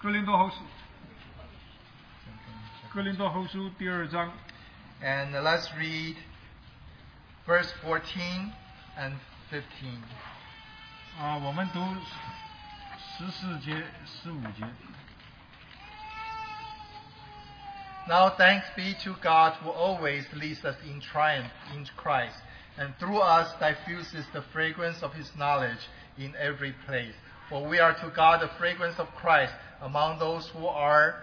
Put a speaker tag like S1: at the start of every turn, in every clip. S1: 哥林多后书，哥林多后书第二章，
S2: And let's read verse 14 and 15.
S1: 啊，我们读十四节、十五节。
S2: Now thanks be to God who always leads us in triumph in Christ, and through us diffuses the fragrance of his knowledge in every place. For we are to God the fragrance of Christ among those who are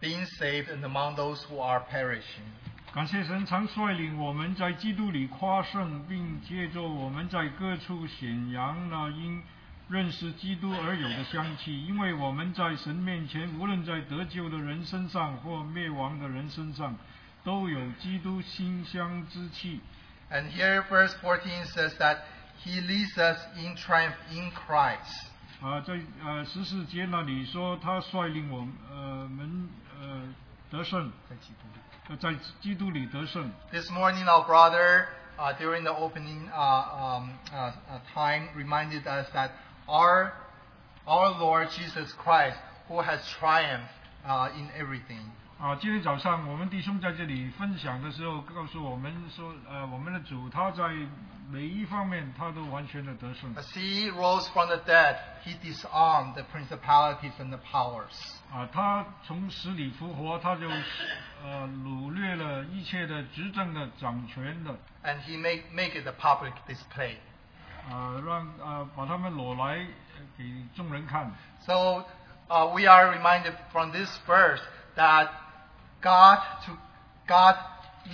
S2: being saved and among those who are perishing.
S1: 感谢神常率领我们在基督里夸胜，并借着我们在各处显扬那因认识基督而有的香气。因为我们在神面前，无论在得救的人身上或灭亡的人身上，都有基督馨香之气。
S2: And here, verse 14 says that He leads us in triumph in Christ.
S1: 啊，在呃十四节那里说，他率领我们呃们呃得胜，在基督里，呃在基督里得胜。
S2: This morning, our brother, uh, during the opening uh, um, uh, uh, time, reminded us that our our Lord Jesus Christ, who has triumphed uh, in everything,
S1: 啊，今天早上我们弟兄在这里分享的时候，告诉我们说，呃，我们的主他在每一方面他都完全的得胜
S2: as He rose from the dead, He disarmed the principalities and the powers.
S1: 啊，他从死里复活，他就呃掳掠了一切的执政的掌权的
S2: And he made, make it a public display.
S1: 啊，让啊把他们裸来呃给众人看
S2: So uh, we are reminded from this verse that God to God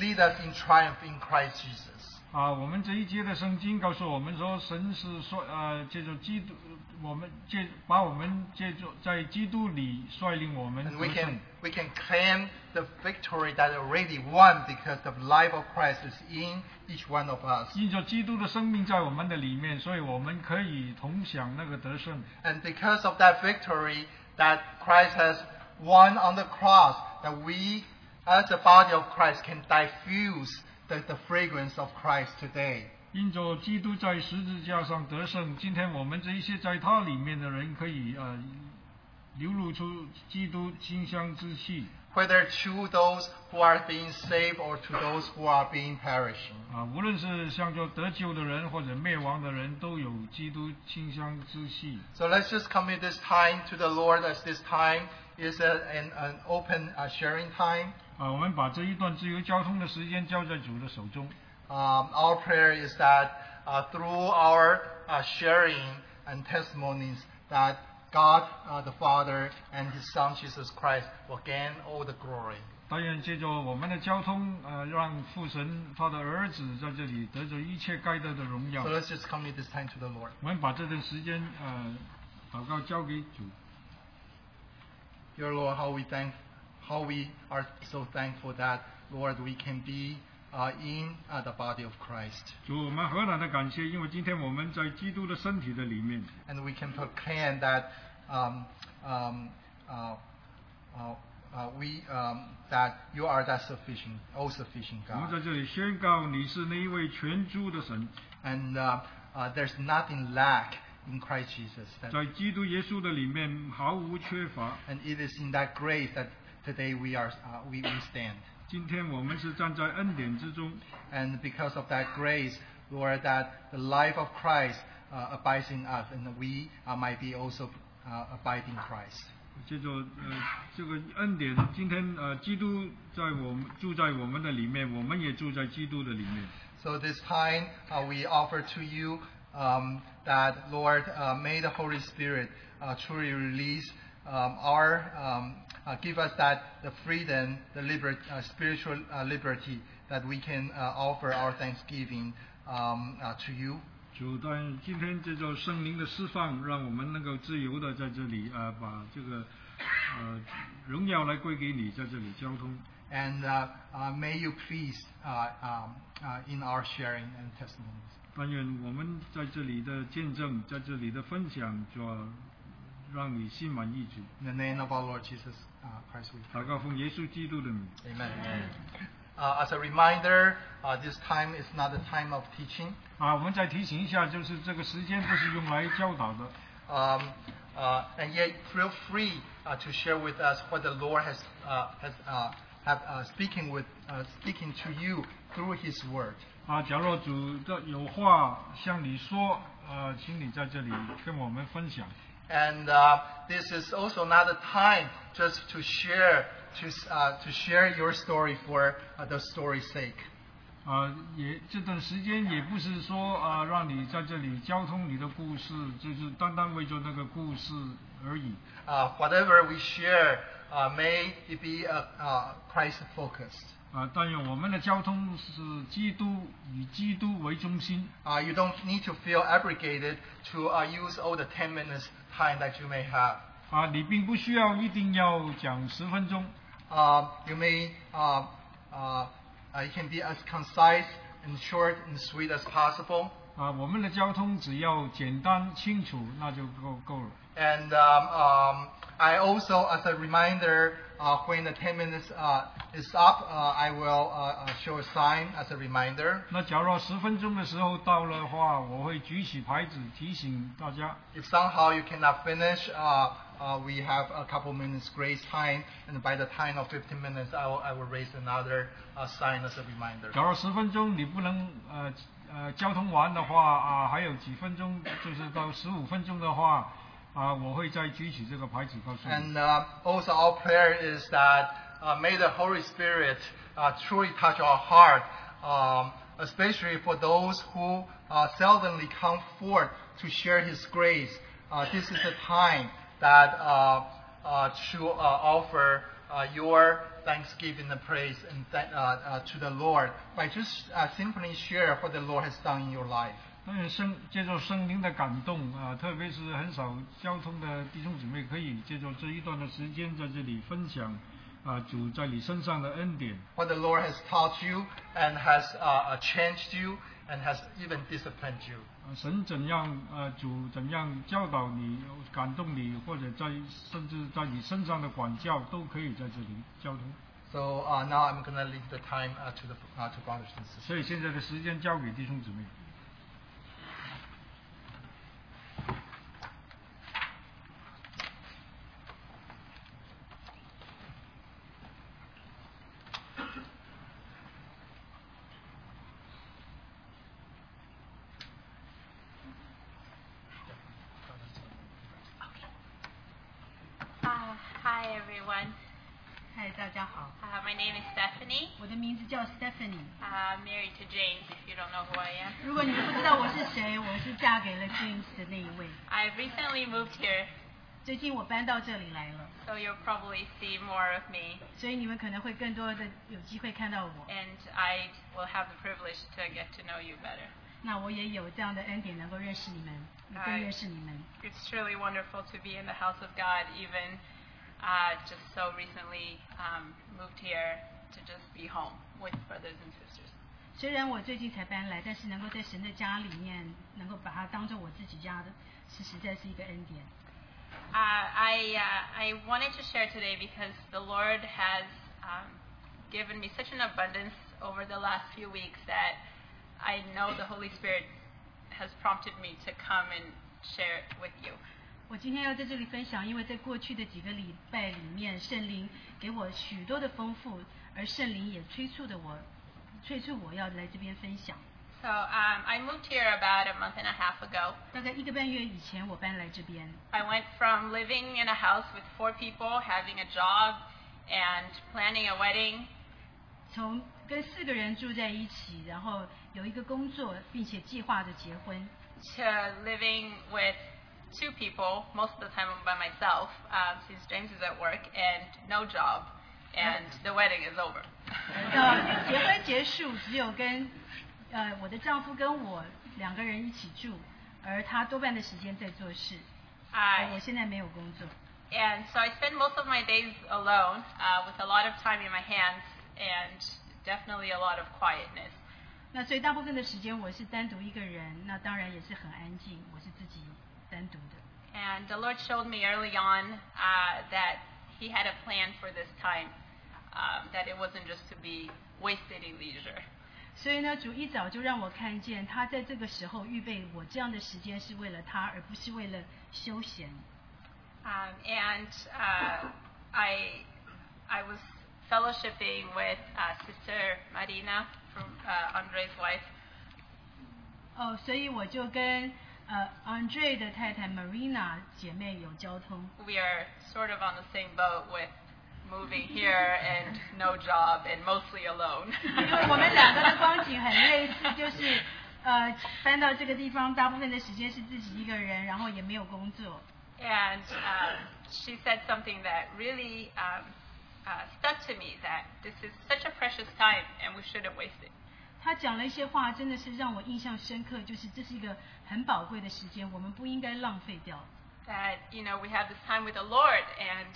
S2: lead us in triumph in Christ Jesus.
S1: 啊。我们这一节的圣经告诉我们说，神是说呃借着基督，我们借把我们借助在基督里率领我们
S2: And
S1: 得
S2: we
S1: 胜
S2: can。we can claim the victory that already won because the life of Christ is in each one of us.
S1: 因着基督的生命在我们的里面，所以我们可以同享那个得胜。
S2: And because of that victory that Christ has won on the cross, that we as the body of Christ can diffuse the, the fragrance of Christ today.
S1: 因着基督在十字架上得胜，今天我们这一些在他里面的人，可以呃流露出基督馨香之气
S2: whether to those who are being saved or to those who are being perishing.
S1: 啊、无论是像做得救的人或者灭亡的人，都有基督馨香之气。
S2: So let's just commit this time to the Lord as this time is a, an, an open uh, sharing time.
S1: 啊、我们把这一段自由交通的时间交在主的手中。
S2: Um, our prayer is that uh, through our uh, sharing and testimonies that God uh, the Father and His Son Jesus Christ will gain all the glory.
S1: 但愿借着我们的交通，呃，让父神他的儿子在这里得着一切该得的荣耀
S2: So。let's just commit this time to the Lord.
S1: 我们把这段时间呃祷告交给主
S2: Dear Lord, how we thank, how we are so thankful that Lord we can be uh, in uh, the body of Christ,
S1: 主，我们何等的感谢，因为今天我们在基督的身体的里面
S2: and we can proclaim that um, um, uh, uh, uh, we um, that you are that sufficient, all sufficient
S1: 我们
S2: God,
S1: 在这里宣告你是那一位全知的神，
S2: and uh, uh, there's nothing lack in Christ Jesus, that,
S1: 在基督耶稣的里面毫无缺乏。
S2: and it is in that grace that today we are uh, we, we stand.
S1: 今天我们是站在恩典之中，
S2: And because of that grace, Lord, that the life of Christ uh, abides in us, and we uh, might be also uh, abide in Christ.
S1: 这种呃这个恩典，今天呃基督在我们住在我们的里面，我们也住在基督的里面。
S2: So this time uh, we offer to you um, that, Lord, uh, may the Holy Spirit uh, truly release um, our, um, uh, give us that the freedom, the liber- uh, spiritual uh, liberty that we can uh, offer our thanksgiving um, uh, to you.
S1: 主，但今天这种圣灵的释放，让我们能够自由的在这里啊、呃把这个呃荣耀来归给你，在这里交通。
S2: And uh, uh, may you please uh, um, uh, in our sharing and testimonies.
S1: 但愿我们在这里的见证，在这里的分享，主啊，让你心满意足。
S2: In the name of our Lord Jesus uh, Christ, we
S1: 祷告奉耶稣基督的名。
S2: pray. Amen. Uh, as a reminder, uh, this time is not the time of teaching.
S1: 啊，我们再提醒一下，就是这个时间不是用来教导的，
S2: Um, uh, and yet feel free uh, to share with us what the Lord has uh, has uh, have, uh, speaking with uh, speaking to you through His Word.
S1: 啊，假若主的有话向你说，啊，请你在这里跟我们分享。
S2: And uh, this is also not a time just to share to s- uh, to share your story for uh, the story's sake.
S1: 啊，也这段时间也不是说啊，让你在这里交通你的故事，就是单单为着那个故事而已。
S2: Uh, whatever we share uh, may it be uh, uh, Christ focused.
S1: 啊，但愿我们的交通是基督以基督为中心，
S2: Uh, you don't need to feel obligated to uh, use all the 10 minutes time that you may have.
S1: 啊，你并不需要一定要讲十分钟，
S2: Uh, you may uh, uh, uh, it can be as concise and short and sweet as possible.
S1: 啊，我们的交通只要简单清楚，那就够够了。
S2: And um, um, I also, as a reminder, uh, when the 10 minutes uh, is up, uh, I will uh, uh, show a sign as a reminder.
S1: 那假若十分钟的时候到了的话，我会举起牌子提醒大家。
S2: If somehow you cannot finish, uh, uh, we have a couple minutes grace time, and by the time of 15 minutes, I will, I will raise another uh, sign as a reminder.
S1: 假如十分钟你不能呃呃交通完的话啊，还有几分钟，就是到十五分钟的话啊，我会再举起这个牌子告诉你。
S2: And uh, also, our prayer is that uh, may the Holy Spirit uh, truly touch our heart, um, especially for those who uh, seldomly come forth to share His grace. Uh, this is a time that uh, uh, to uh, offer uh, your thanksgiving and praise and thank uh, uh, to the Lord by just uh, simply share what the Lord has done in your life.
S1: 但是圣借助圣灵的感动啊，特别是很少交通的弟兄姊妹，可以借助这一段的时间在这里分享啊主在你身上的恩典
S2: What the Lord has taught you and has uh, uh, changed you and has even disciplined you.
S1: 啊，神怎样呃主怎样教导你、感动你，或者在甚至在你身上的管教都可以在这里交通。
S2: So uh, now I'm going to leave the time uh, to the uh, to brothers and sisters.
S1: 所以现在的时间交给弟兄姊妹。
S3: Uh, hi everyone.
S4: 嗨，大家好，
S3: Uh, my name is Stephanie.
S4: 我的名字叫 Stephanie。
S3: Uh, I'm married to James. If you don't know who I am,
S4: 如果你们不知道我是谁，我是嫁给了 James 的那一位。
S3: I've recently moved here,
S4: 最近我搬到这里来了，
S3: so you'll probably see more of me,
S4: 所以你们可能会更多的有机会看到我。
S3: and I will have the privilege to get to know you better.
S4: 那我也有这样的恩典，能够认识你们，能更认识你们。
S3: It's truly wonderful to be in the house of God, even uh, just so recently um, moved here to just be home with brothers and sisters.
S4: 虽然我最近才搬来，但是能够在神的家里面，能够把它当做我自己家的，是实在是一个恩典。
S3: Uh, I uh, I wanted to share today because the Lord has um, given me such an abundance over the last few weeks that I know the Holy Spirit has prompted me to come and share it with you.
S4: 我今天要在这里分享，因为在过去的几个礼拜里面，圣灵给我许多的丰富，而圣灵也催促的我，催促我要来这边分享。
S3: So um, I moved here about a month and a half ago.
S4: 大概一个半月以前，我搬来这边，
S3: I went from living in a house with four people, having a job, and planning a wedding
S4: 从跟四个人住在一起，然后有一个工作，并且计划着结婚，
S3: to living with two people most of the time I'm by myself um, since James is at work and no job and the wedding is over.
S4: 到结婚结束，只有跟呃我的丈夫跟我两个人一起住，而他多半的时间在做事，而
S3: Uh,
S4: 我现在没有工作。
S3: and so I spend most of my days alone uh, with a lot of time in my hands and definitely a lot of quietness.
S4: 那所以大部分的时间我是单独一个人，那当然也是很安静，我是自己单独的。
S3: And the Lord showed me early on uh, that He had a plan for this time, um, that it wasn't just to be wasted in leisure.
S4: 所以呢，主一早就让我看见他在这个时候预备我这样的时间是为了他，而不是为了休闲。
S3: Um, and uh, I, I was fellowshipping with uh, Sister Marina, from, uh, Andre's wife,
S4: 哦，所以我就跟呃 Andre 的太太 Marina 姐妹有交通。
S3: we are sort of on the same boat with moving here and no job and mostly alone.
S4: 因为我们两个的光景很类似，就是呃搬到这个地方，大部分的时间是自己一个人，然后也没有工作。
S3: And um, she said something that really um, uh, stuck to me that this is such a precious time and we shouldn't waste it.
S4: 他讲了一些话，真的是让我印象深刻，就是这是一个很宝贵的时间，我们不应该浪费掉。
S3: That, you know, we have this time with the Lord and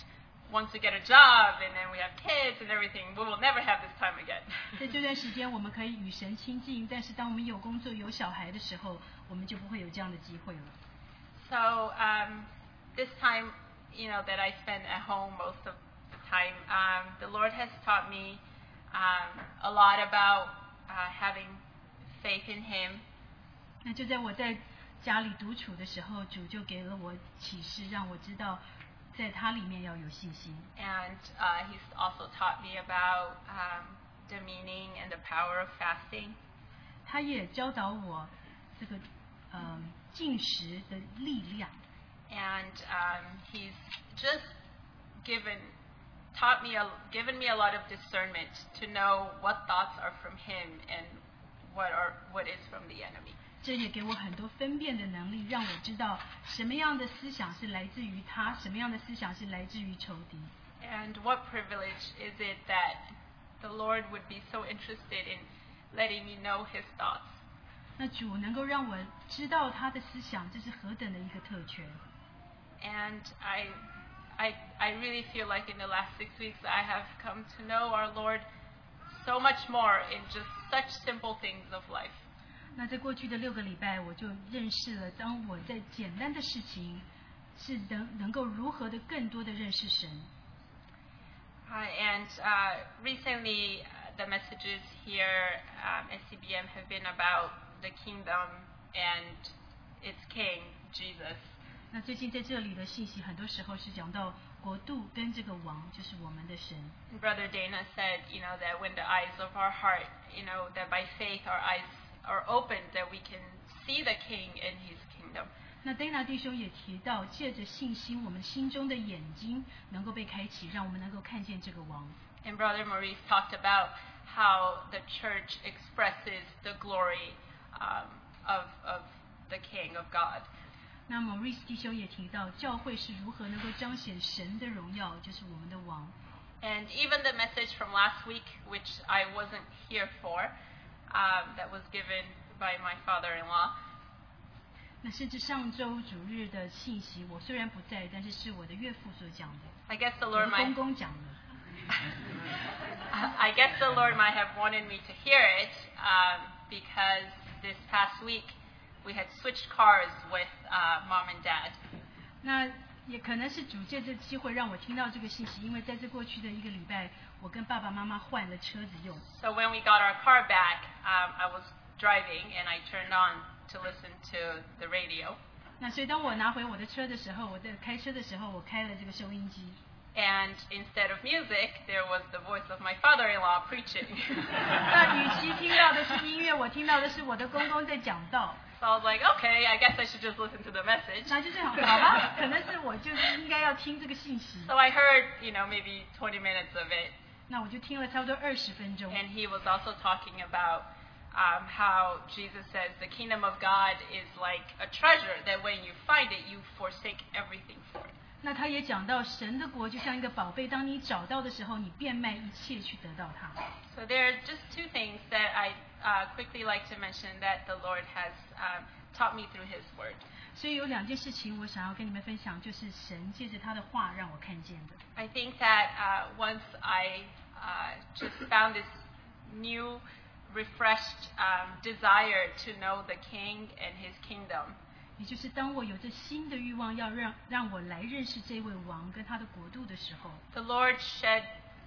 S3: once we get a job and then we have kids and everything, we will never have this time again.
S4: 在这段时间，我们可以与神亲近，但是当我们有工作、有小孩的时候，我们就不会有这样的机会了。
S3: So um, this time, you know, that I spend at home most of the time, um, the Lord has taught me um, a lot about uh, having faith in Him
S4: 那就在我在家里独处的时候，主就给了我启示，让我知道在他里面要有信心。
S3: and uh, he's also taught me about um, the meaning and the power of fasting.
S4: 他也教导我这个呃进食的力量。
S3: And um, he's just given taught me a, given me a lot of discernment to know what thoughts are from him and what are what is from the enemy.
S4: 这也给我很多分辨的能力，让我知道什么样的思想是来自于他，什么样的思想是来自于仇敌。
S3: And what privilege is it that the Lord would be so interested in letting me know his thoughts?
S4: 那主能够让我知道他的思想，这是何等的一个特权！
S3: And I, I, I really feel like in the last six weeks I have come to know our Lord so much more in just such simple things of life.
S4: 那在过去的六个礼拜，我就认识了，当我在简单的事情，是能能够如何的更多的认识神。
S3: Uh, and uh, recently, uh, the messages here um, at CBM have been about the kingdom and its King, Jesus.
S4: 那最近在这里的信息，很多时候是讲到国度跟这个王，就是我们的神。
S3: Brother Dana said, you know, that when the eyes of our heart, you know, that by faith our eyes are opened, that we can see the King and His kingdom.
S4: 那 Dana 弟兄也提到，借着信心，我们心中的眼睛能够被开启，让我们能够看见这个王。
S3: And Brother Maurice talked about how the church expresses the glory um, of, of the King of God.
S4: 那 Maurice 弟兄也提到，教会是如何能够彰显神的荣耀，就是我们的王。
S3: And even the message from last week, which I wasn't here for, um, that was given by my father in law,
S4: 那甚至上周主日的信息，我虽然不在，但是是我的岳父所讲的，
S3: I guess the
S4: 我
S3: Lord
S4: 的公
S3: might
S4: 公讲的。
S3: I guess the Lord might have wanted me to hear it um, because this past week we had switched cars with uh, mom and dad.
S4: 那也可能是主借这机会让我听到这个信息，因为在这过去的一个礼拜，我跟爸爸妈妈换了车子用。
S3: So when we got our car back, um, I was driving and I turned on to listen to the radio.
S4: 那所以当我拿回我的车的时候，我在开车的时候，我开了这个收音机。
S3: And instead of music, there was the voice of my father in law preaching.
S4: 那与其听到的是音乐，我听到的是我的公公在讲道。
S3: So I was like, okay, I guess I should just listen to the message.
S4: 那就是好 吧，可能是我就是应该要听这个信息。
S3: So I heard, you know, maybe 20 minutes of it.
S4: 那我就听了差不多二十分钟。
S3: And he was also talking about um, how Jesus says the kingdom of God is like a treasure that when you find it, you forsake everything for it.
S4: 那他也讲到，神的国就像一个宝贝，当你找到的时候，你变卖一切去得到它。
S3: So there are just two things that I uh, quickly like to mention that the Lord has um, taught me through His Word.
S4: 所以有两件事情我想要跟你们分享，就是神借着他的话让我看见的。
S3: I think that uh, once I uh, just found this new, refreshed um, desire to know the King and His kingdom,
S4: 也就是当我有这新的欲望，要让让我来认识这位王跟他的国度的时候，
S3: the Lord shed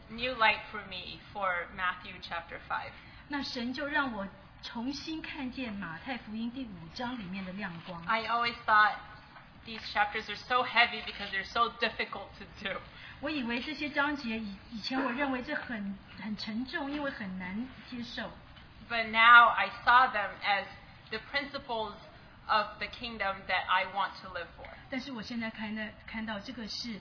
S3: new light for me for Matthew chapter 5.
S4: 那神就让我重新看见马太福音第五章里面的亮光。
S3: 哎 I always thought these chapters are so heavy because they're so difficult to do.
S4: 我以为这些章节以以前我认为这很很沉重，因为很难接受。
S3: But now I saw them as the principles of the kingdom that I want to live for.
S4: 但是我现在看到看到这个是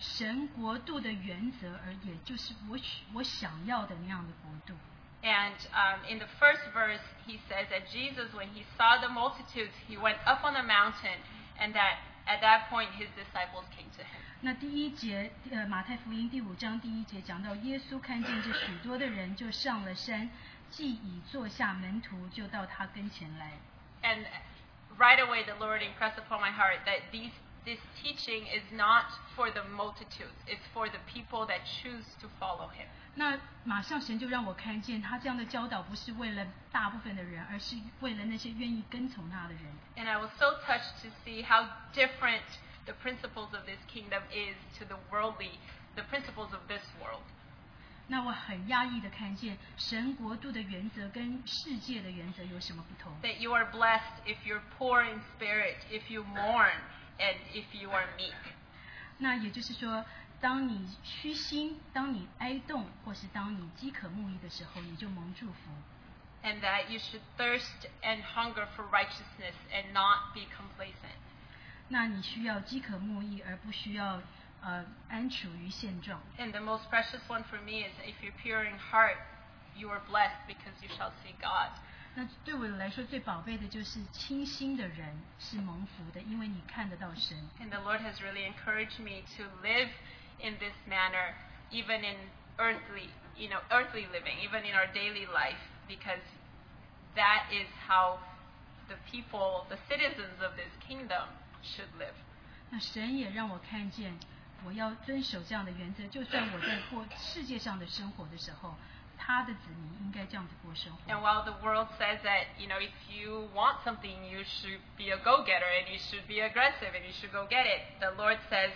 S4: 神国度的原则，而也就是我许我想要的那样的国度。
S3: And um, in the first verse, he says that Jesus, when he saw the multitudes, he went up on a mountain, and that at that point his disciples came to him.
S4: 那第一节，呃，马太福音第五章第一节讲到，耶稣看见这许多的人，就上了山，既已坐下，门徒就到他跟前来。
S3: And right away, the Lord impressed upon my heart that these, this teaching is not for the multitudes, it's for the people that choose to follow him.
S4: 那马上神就让我看见，他这样的教导不是为了大部分的人，而是为了那些愿意跟从他的人。
S3: And I was so touched to see how different the principles of this kingdom is to the worldly, the principles of this world.
S4: 那我很压抑的看见神国度的原则跟世界的原则有什么不同。
S3: That you are blessed if you're poor in spirit, if you mourn, and if you are meek.
S4: 那也就是说，当你虚心，当你哀动，或是当你饥渴慕义的时候，你就蒙祝福。
S3: And that you should thirst and hunger for righteousness and not be complacent.
S4: 那你需要饥渴慕义，而不需要呃安处于现状。
S3: And the most precious one for me is if you're pure in heart, you are blessed because you shall see God.
S4: 那对我来说最宝贝的就是清心的人是蒙福的，因为你看得到神。
S3: And the Lord has really encouraged me to live in this manner, even in earthly, you know, earthly living, even in our daily life, because that is how the people, the citizens of this kingdom, should live.
S4: 那神也让我看见，我要遵守这样的原则，就算我在过世界上的生活的时候，他的子民应该这样子过生
S3: And
S4: 活。
S3: while the world says that, you know, if you want something, you should be a go getter and you should be aggressive and you should go get it, the Lord says,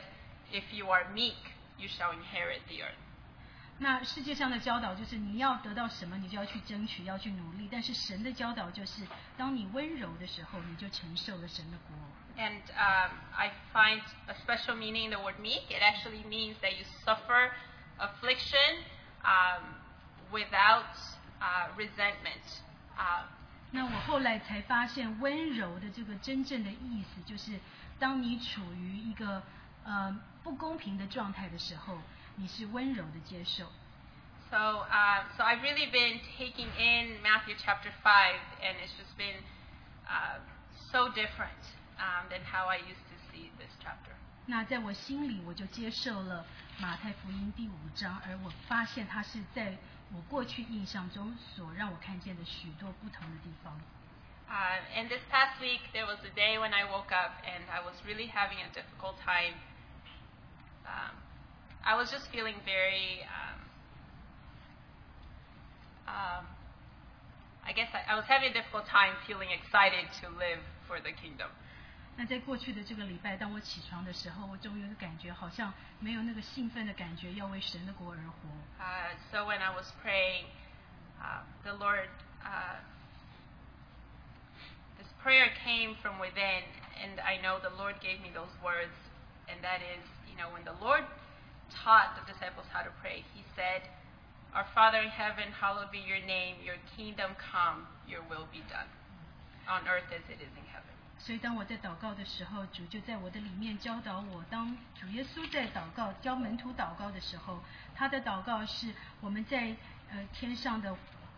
S3: if you are meek, you shall inherit the earth.
S4: 那世界上的教导就是你要得到什么，你就要去争取，要去努力。但是神的教导就是，当你温柔的时候，你就承受了神的国。
S3: And um, I find a special meaning in the word meek. It actually means that you suffer affliction um, without uh, resentment. Uh,
S4: 那我后来才发现，温柔的这个真正的意思，就是当你处于一个呃不公平的状态的时候，你是温柔的接受。
S3: so, uh, so I've really been taking in Matthew chapter five, and it's just been uh, so different um, than how I used to see this chapter.
S4: 那在我心里，我就接受了马太福音第五章，而我发现它是在我过去印象中所让我看见的许多不同的地方。
S3: Um, and this past week, there was a day when I woke up and I was really having a difficult time. Um, I was just feeling very, um, um, I guess I, I was having a difficult time feeling excited to live for the kingdom.
S4: 那在过去的这个礼拜，当我起床的时候，我总有一个感觉，好像没有那个兴奋的感觉，要为神的国而活。
S3: Uh, so when I was praying, uh, the Lord, uh, this prayer came from within, and I know the Lord gave me those words, and that is, you know, when the Lord taught the disciples how to pray, He said, "Our Father in heaven, hallowed be Your name. Your kingdom come. Your will be done, on earth as it is in heaven."
S4: 所以当我在祷告的时候，主就在我的里面教导我。当主耶稣在祷告、教门徒祷告的时候，他的祷告是：我们在呃天上的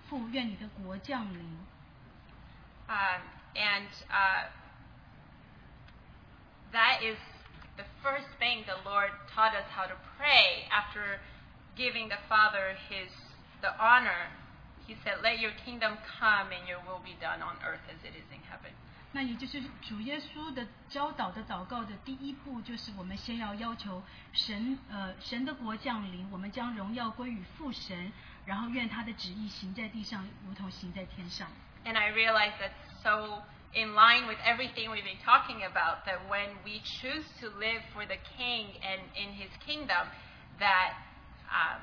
S4: 父，愿你的国降临。
S3: Um, and uh, that is the first thing the Lord taught us how to pray after giving the Father his the honor. He said, "Let your kingdom come and your will be done on earth as it is in heaven."
S4: 那也就是主耶稣的教导的祷告的第一步，就是我们先要要求神，呃，神的国降临，我们将荣耀归于父神，然后愿他的旨意行在地上，如同行在天上。
S3: And I realize that's so in line with everything we've been talking about that when we choose to live for the King and in His kingdom, that um,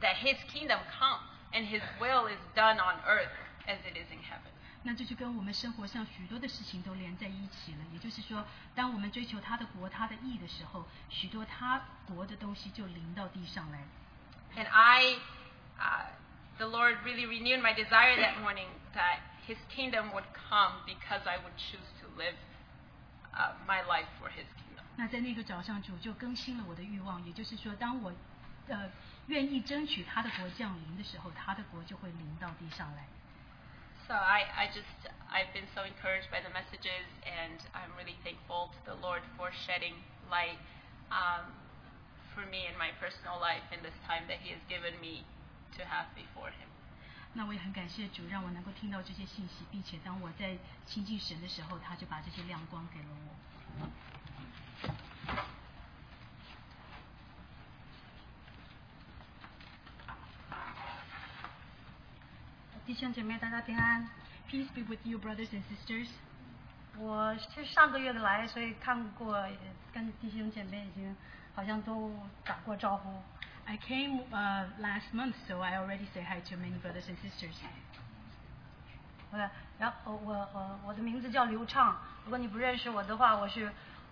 S3: that His kingdom comes and His will is done on earth as it is in heaven.
S4: 那这就跟我们生活上许多的事情都连在一起了。也就是说，当我们追求他的国、他的义的时候，许多他国的东西就临到地上来。
S3: And I, uh, the Lord really renewed my desire that morning that His kingdom would come because I would choose to live uh, my life for His kingdom.
S4: 那在那个早上，主就更新了我的欲望，也就是说，当我呃愿意争取他的国降临的时候，他的国就会临到地上来。
S3: So I, I just, I've been so encouraged by the messages, and I'm really thankful to the Lord for shedding light um, for me in my personal life in this time that He has given me to have before Him.
S4: 那我也很感谢主，让我能够听到这些信息，并且当我在亲近神的时候，他就把这些亮光给了我。弟兄姐妹，大家平安。Peace be with you, brothers and sisters。
S5: 我是上个月的来，所以看过，呃跟弟兄姐妹已经好像都打过招呼。
S4: I came uh, last month, so I already say hi to many brothers and sisters.
S5: 我的，然后我我我的名字叫刘畅，如果你不认识我的话，我是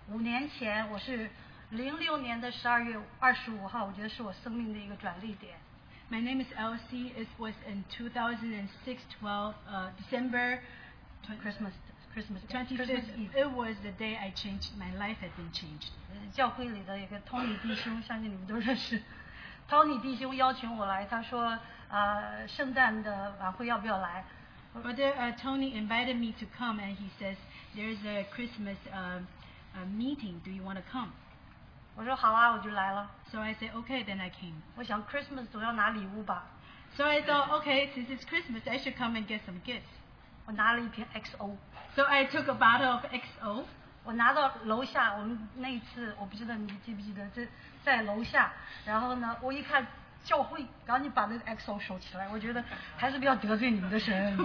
S5: 五年前，我是零六年的十二月二十五号，我觉得是我生命的一个转捩点。
S4: My name is Elsie. It was in 2006, 12 uh, December. twen-
S5: Christmas Christmas Day- Christmas
S4: Twenty-fifth.
S5: Eve。
S4: It was the day I changed. My life had been changed.
S5: 呃教会里的一个 Tony 弟兄，相信你们都认识。Tony 弟兄邀请我来，他说，呃，圣诞的晚会要不要来？
S4: Brother uh, Tony invited me to come, and he says, "There's a Christmas uh, uh meeting. Do you want to come?"
S5: 我说好啊，我就来了。
S4: So I said, "Okay." Then I came.
S5: 我想 Christmas 总要拿礼物吧，
S4: So I thought, "Okay, since it's Christmas, I should come and get some gifts."
S5: 我拿了一瓶 XO，
S4: So I took a bottle of XO.
S5: 我拿到楼下，我们那一次我不知道你记不记得，这在楼下，然后呢，我一看教会，赶紧把那个 XO 收起来，我觉得还是不要得罪你们的神。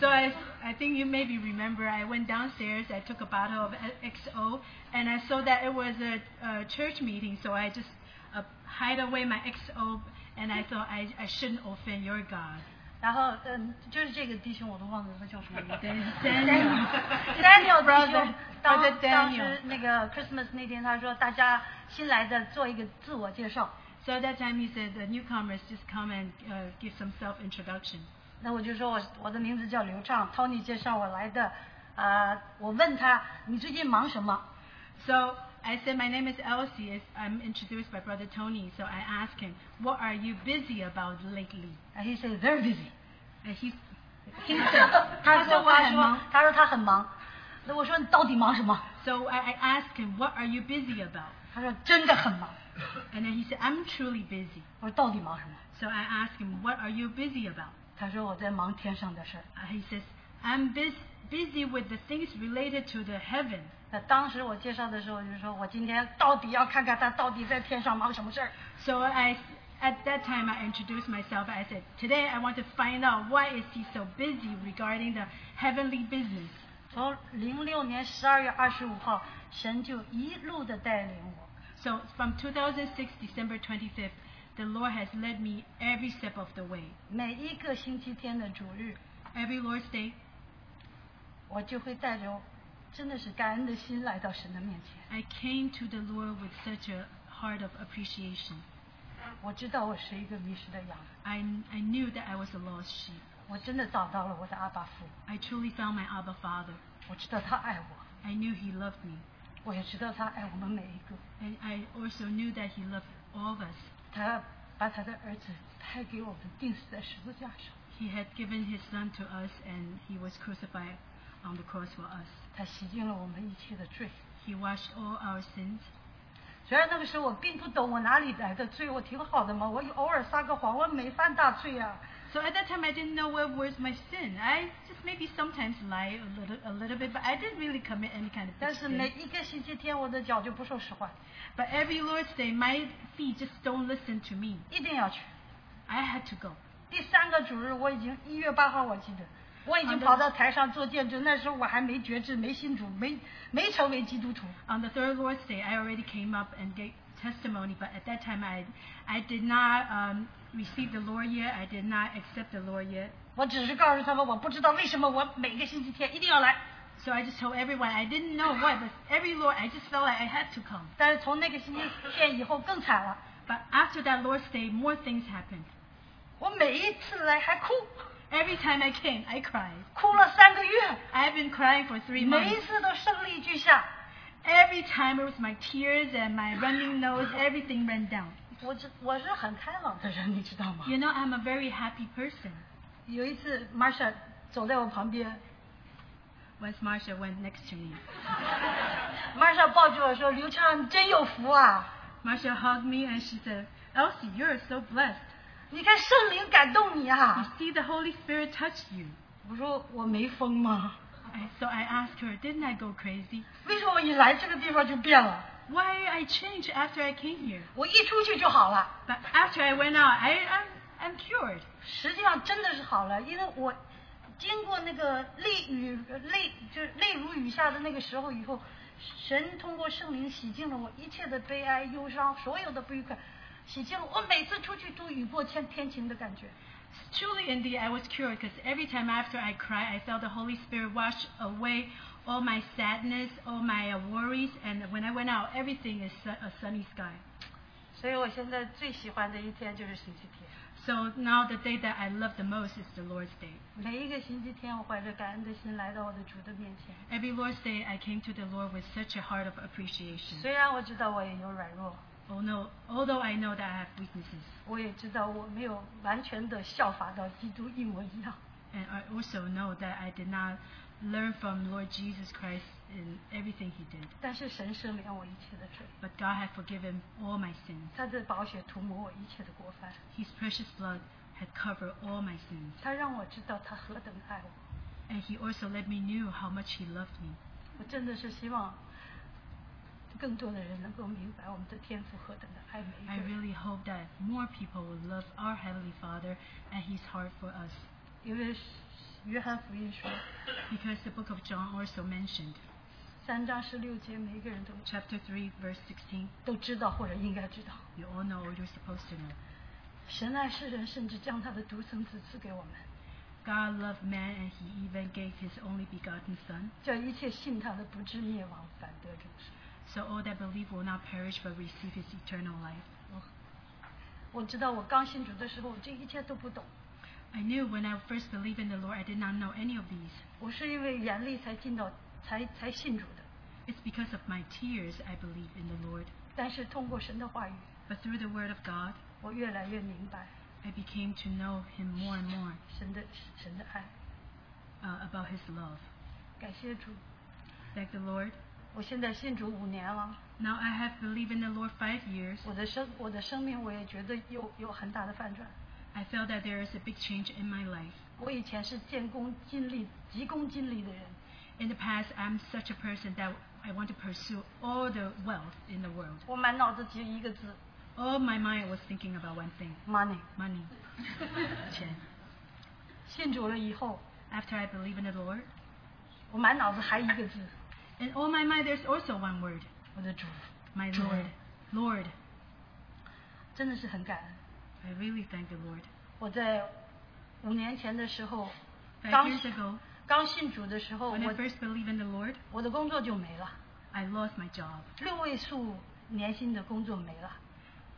S4: So I, I think you maybe remember I went downstairs, I took a bottle of XO, and I saw that it was a, a church meeting, so I just uh, hide away my XO, and I thought I, I shouldn't offend your God.
S5: 然后，嗯，就是这个弟兄，我都忘了他叫什么名 字。
S4: Then Daniel,
S5: Daniel 弟
S4: brother,
S5: 兄，当
S4: brother
S5: 当时
S4: Daniel.
S5: 那个 Christmas 那天，他说大家新来的做一个自我介绍，
S4: So at that time he said the newcomers just come and uh, give some self-introduction.
S5: 那我就说我我的名字叫刘畅，Tony 介绍我来的。呃，我问他你最近忙什么？
S4: So I said my name is Elsie. It's- I'm introduced by brother Tony. So I asked him, what are you busy about lately?
S5: 然后 he said very busy。
S4: And he
S5: 他说
S4: 我
S5: 他
S4: 很忙
S5: 说他说他很忙。那我说你到底忙什么？
S4: So I, I asked him, What are you busy about?
S5: 他说真的很忙。
S4: And then he said, I'm truly busy.
S5: 我说到底忙什么？
S4: So I asked him, What are you busy about?
S5: 他说我在忙天上的事儿。
S4: Uh, he says, I'm bus- busy with the things related to the heaven.
S5: 那当时我介绍的时候，我就说我今天到底要看看他到底在天上忙什么事儿。
S4: So I, at that time, I introduced myself. I said, Today I want to find out why is he so busy regarding the heavenly business.
S5: 从零六年十二月二十五号，神就一路的带领我。
S4: So from 2006 December 25th, the Lord has led me every step of the way.
S5: 每一个星期天的主日，
S4: Every Lord's Day,
S5: 我就会带着真的是感恩的心来到神的面前。
S4: I came to the Lord with such a heart of appreciation.
S5: 我知道我是一个迷失的羊，
S4: I, I knew that I was a lost sheep.
S5: 我真的找到了我的阿爸父，
S4: I truly found my Abba Father.
S5: 我知道他爱我，
S4: I knew He loved me.
S5: 我也知道他爱我们每一个。
S4: And I also knew that He loved all of us.
S5: 他把他的儿子派给我们，钉死在十字架上。
S4: He had given His Son to us and He was crucified on the cross for us.
S5: 他洗净了我们一切的罪。
S4: He washed all our sins.
S5: 虽然那个时候我并不懂我哪里来的罪，我挺好的嘛，我偶尔撒个谎，我没犯大罪啊。
S4: So at that time, I didn't know what was my sin. I just maybe sometimes lie a little, a little bit, but I didn't really commit any kind of
S5: 但
S4: big
S5: 是
S4: sin.
S5: 每一个星期天，我的脚就不受使唤，
S4: But every Lord's Day, my feet just don't listen to me.
S5: 一定要去。
S4: I had to go.
S5: 第三个主日，我已经一月八号，我记得，我已
S4: 好
S5: 经
S4: 的
S5: 跑到台上做见证。那时候我还没觉知，没信主，没没成为基督徒。
S4: On the third Lord's Day, I already came up and gave testimony, but at that time I, I did not um, receive the Lord yet. I did not accept the Lord yet.
S5: 我只是告诉他们，我不知道为什么我每个星期天一定要来。
S4: So I just told everyone I didn't know why, but every Lord I just felt like I had to come.
S5: 但是从那个星期天以后更惨了，
S4: But after that Lord's Day, more things happened.
S5: 我每一次来还哭，
S4: Every time I came, I cried.
S5: 哭了三个月，
S4: I've been crying for three
S5: 每一
S4: months.
S5: 次都声泪俱下。
S4: Every time it was my tears and my running nose, everything ran down.
S5: 我这我是很开朗的人，你知道吗？
S4: You know, I'm a very happy person.
S5: 有一次，Marsha 走在我旁边
S4: Once Marsha went next to me,
S5: ，Marsha 抱住我说：“刘畅，你真有福啊！
S4: Marsha hugged me and she said, Elsie, you're so blessed.
S5: 你看圣灵感动你
S4: You
S5: 啊
S4: see, the Holy Spirit touched you. ”
S5: 我说：“我没疯吗？
S4: I, so I asked her, didn't I go crazy?
S5: 为什么我一来这个地方就变了？
S4: Why I changed after I came here?
S5: 我一出去就好了。
S4: But after I went out, I, I'm, I'm cured.
S5: 实际上真的是好了，因为我经过那个泪雨泪就是泪如雨下的那个时候以后，神通过圣灵洗净了我一切的悲哀、忧伤，所有的不愉快，洗净了我每次出去都雨过天天晴的感觉。
S4: Truly, indeed, I was cured because every time after I cried, I felt the Holy Spirit wash away all my sadness, all my uh, worries, and when I went out, everything is su- a sunny sky.
S5: 所以我现在最喜欢的一天就是星期天。
S4: So now the day that I love the most is the Lord's Day.
S5: 每一个星期天，我怀着感恩的心来到我的主的面前。
S4: Every Lord's Day, I came to the Lord with such a heart of appreciation.
S5: 虽然我知道我也有软弱，
S4: Oh no, although I know that I have weaknesses,
S5: 我也知道我没有完全的效法到基督一模一样，
S4: and I also know that I did not learn from Lord Jesus Christ in everything He did,
S5: 但是神赦免我一切的罪。
S4: but God had forgiven all my sins.
S5: 他的宝血涂抹我一切的过犯，
S4: His precious blood had covered all my sins.
S5: 他让我知道他何等爱我。
S4: And he also let me know how much he loved me.
S5: 我真的是希望更多的人能够明白我们的天父何等的爱每一个
S4: I
S5: 人，
S4: really hope that more people will love our Heavenly Father and his heart for us.
S5: 因为约翰福音说
S4: Because the book of John also mentioned,
S5: 三章十六节，每一个人都
S4: chapter 3, verse 16,
S5: 都知道或者应该知道，
S4: you all know or you're supposed to know.
S5: 神爱世人，甚至将他的独生子赐给我们，
S4: God loved man and he even gave his only begotten Son,
S5: 叫一切信他的不至灭亡，反得永生。
S4: so all that believe will not perish but receive his eternal life.
S5: 我知道我刚信主的时候，我这一切都不懂，
S4: I knew when I first believed in the Lord, I did not know any of these.
S5: 我是因为眼泪才进到才才信主的，
S4: It's because of my tears I believe in the Lord.
S5: 但是通过神的话语。
S4: But through the word of God,
S5: 我越来越明白
S4: I became to know him more and more
S5: 神的神的爱，
S4: uh, about his love.
S5: 感谢主。
S4: Thank the Lord.
S5: 我现在信主五年了，
S4: Now I have believed in the Lord five years.
S5: 我的生我的生命我也觉得有有很大的反转。
S4: I felt that there is a big change in my life.
S5: 我以前是建功尽力、急功近利的人，
S4: In the past, I'm such a person that I want to pursue all the wealth in the world.
S5: 我满脑子只有一个字
S4: All my mind was thinking about one thing
S5: money。
S4: money. Chen.
S5: 信主了以后，
S4: After I believe in the Lord,
S5: 我满脑子还一个字，
S4: in all my mind, there's also one word
S5: 我的主，
S4: my
S5: Joy.
S4: Lord. Lord.
S5: 真的是很感恩。
S4: I really thank the Lord.
S5: 我在五年前的时候，
S4: Five
S5: 刚
S4: years ago,
S5: 刚信主的时候，
S4: when I
S5: 我
S4: first believed in the Lord,
S5: 我的工作就没了，
S4: I lost my job.
S5: 六位数年薪的工作没了。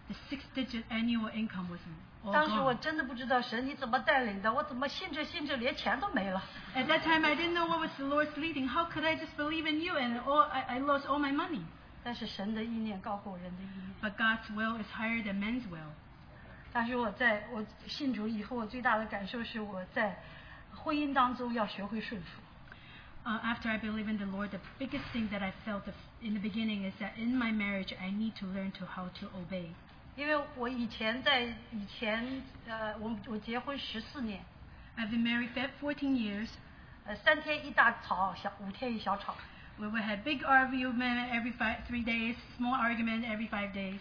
S4: The six digit annual income was all
S5: 当时我
S4: gone.
S5: 真的不知道神你怎么带领的，我怎么信着信着连钱都没了。
S4: At that time, I didn't know what was the Lord's leading. How could I just believe in you and all, I, I lost all my money?
S5: 但是神的意念高过人的意念。
S4: But God's will is higher than man's will.
S5: 但是我在我信主以后，我最大的感受是我在婚姻当中要学会顺服。
S4: Uh, after I believe in the Lord, the biggest thing that I felt the, in the beginning is that in my marriage, I need to learn to how to obey.
S5: 因为我以前在以前呃，我我结婚十四年，
S4: I've been married for 14 years.
S5: 呃，三天一大吵，小五天一小吵。
S4: We would have big argument every five, three days, small argument every five days.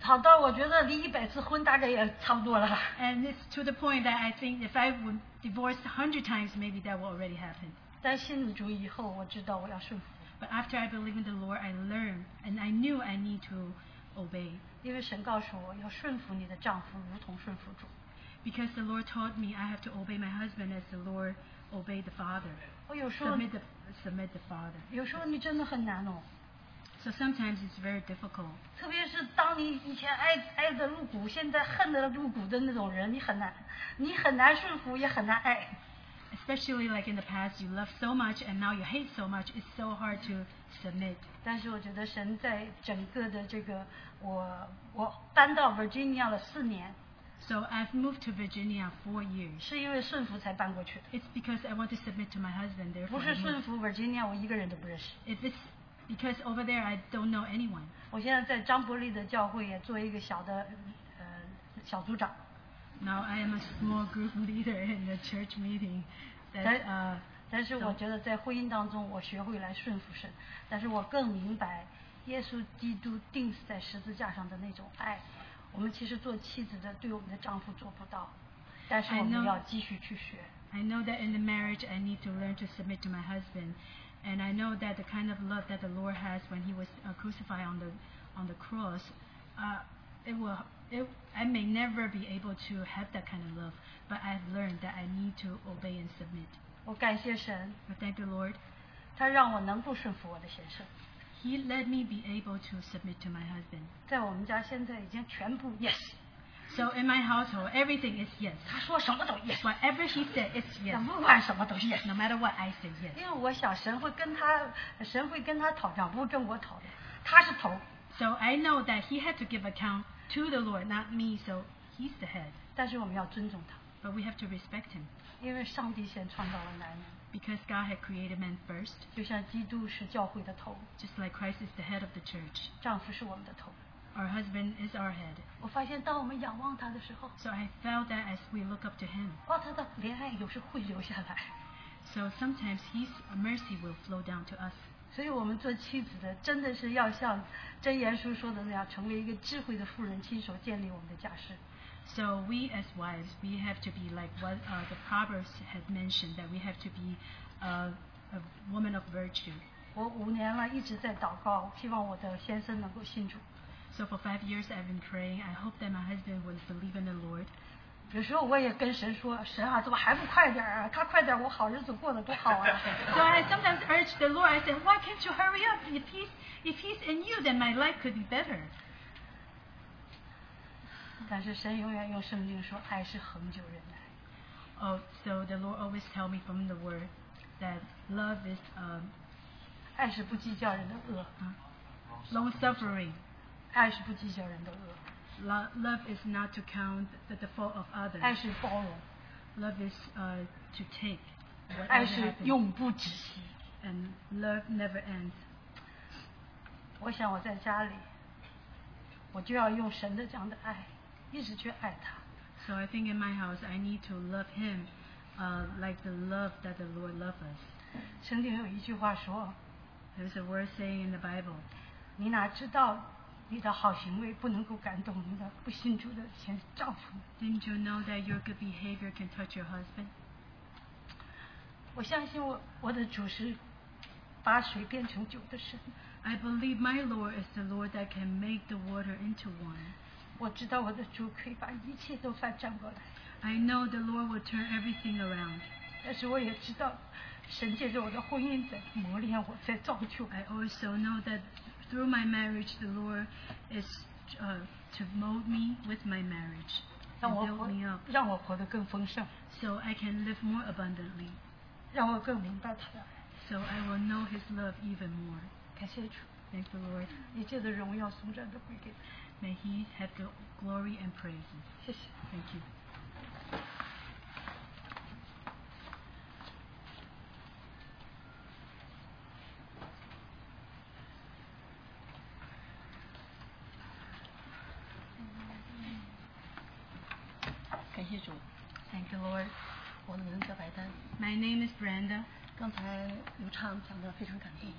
S5: 吵到我觉得离一百次婚大概也差不多了，
S4: And it's to the point that I think if I would divorce 100 times, maybe that will already happen.
S5: 但信了主以后，我知道我要顺服，
S4: But after I believe in the Lord, I learned and I knew I need to obey.
S5: 因为神告诉我要顺服你的丈夫，如同顺服主。
S4: because the Lord taught me I have to obey my husband as the Lord obeyed the Father,
S5: 我有时候
S4: submit the, submit the Father.
S5: 有时候你真的很难哦，
S4: So sometimes it's very difficult.
S5: 特别是当你以前爱爱的入骨，现在恨得入骨的那种人，你很难，你很难顺服，也很难爱。
S4: Especially like in the past, you love so much and now you hate so much. It's so hard to submit.
S5: 但是我觉得神在整个的这个我我搬到 Virginia 了四年，
S4: So I've moved to Virginia four years.
S5: 是因为顺服才搬过去的，
S4: It's because I want to submit to my husband.
S5: 不
S4: Therefore,
S5: 是
S4: I moved.
S5: 顺服 Virginia 我一个人都不认识。
S4: if it's because over there I don't know anyone.
S5: 我现在在张伯利的教会也做一个小的呃小组长，
S4: Now I am a small group leader in the church meeting. That uh,
S5: 但是我
S4: 懂
S5: 觉得在婚姻当中，我学会来顺服神，但是我更明白耶稣基督钉死在十字架上的那种爱。我们其实做妻子的对我们的丈夫做不到，但是
S4: I
S5: 我们
S4: know
S5: 要继续去学。
S4: I know that in the marriage I need to learn to submit to my husband, and I know that the kind of love that the Lord has when He was uh, crucified on the on the cross, uh, it will. It, I may never be able to have that kind of love, but I've learned that I need to obey and submit.
S5: 我感谢神，
S4: I thank the Lord.
S5: 他让我能够顺服我的先生。
S4: He let me be able to submit to my husband.
S5: 在我们家现在已经全部 yes，
S4: So in my household, everything is yes.
S5: 他说什么都 yes，
S4: Whatever he said, it's
S5: 那
S4: yes.
S5: 不管什么都 yes。
S4: No matter what I say, yes.
S5: 因为我想神会跟他，神会跟他讨账，不会跟我讨的。他是头，
S4: So I know that he had to give account to the Lord, not me. So he's the head.
S5: 但是我们要尊重他，
S4: But we have to respect him
S5: 因为上帝先创造了男人，
S4: because God had created man first,
S5: 就像基督是教会的头，
S4: just like Christ is the head of the church.
S5: 丈夫是我们的头。
S4: Our husband is our head.
S5: 我发现当我们仰望他的时候，
S4: So I felt that as we look up to him.
S5: 哇，他的怜爱有时会流下来。
S4: So sometimes his mercy will flow down to us.
S5: 所以我们做妻子的，真的是要像箴言书说的那样，成为一个智慧的妇人，亲手建立我们的家室。
S4: So we as wives, we have to be like what uh, the Proverbs had mentioned, that we have to be uh, a woman of virtue.
S5: 我五年了，一直在祷告，希望我的先生能够信主。
S4: So for five years I've been praying. I hope that my husband will believe in the Lord.
S5: 有时候我也跟神说：“神啊，怎么还不快点儿啊？他快点儿，我好日子过得多好啊
S4: So I sometimes urge the Lord. I said, "Why can't you hurry up? If he's if he's in you, then my life could be better." !”
S5: 但是神永远用圣经说：“爱是恒久忍耐。
S4: Oh, so the Lord always tell me from the Word that love is um, ”
S5: 爱是不计较人的恶，
S4: long suffering.
S5: 爱是不计较人的恶，
S4: Lo- love is not to count the, the fault of
S5: 爱
S4: others.
S5: 是包容，
S4: Love is uh, to take whatever
S5: 爱是
S4: happens,
S5: 永不止息。
S4: and love never ends.
S5: 我想我在家里，我就要用神的这样的爱，一直去爱他。
S4: So I think in my house I need to love Him, uh, like the love that the Lord loved us.
S5: 圣经有一句话说
S4: There's a word saying in the Bible.：“
S5: 你哪知道你的好行为不能够感动你的不信主的前丈夫呢
S4: Didn't you know that your good behavior can touch your husband?
S5: 我相信我我的主是把水变成酒的神，
S4: I believe my Lord is the Lord that can make the water into wine.
S5: 我知道我的主可以把一切都翻转过来，
S4: I know the Lord will turn everything around.
S5: 但是我也知道神借着我的婚姻在磨练我，在造就我。
S4: I also know that through my marriage, the Lord is uh, to mold me with my marriage
S5: 让
S4: and
S5: 我
S4: build me up
S5: 活，让我活得更丰盛，
S4: so I can live more abundantly.
S5: 让我更明白他的爱。
S4: So I will know His love even more.
S5: 感谢主，
S4: Thank the Lord.
S5: 一切的荣耀颂赞都归给他。
S4: May He have the glory and praises.
S5: 谢谢。
S4: Thank you.
S6: 感谢主，
S5: Thank you Lord，
S6: 我的名叫白丹。
S4: My name is Brenda.
S6: 刚才刘畅讲的非常感动。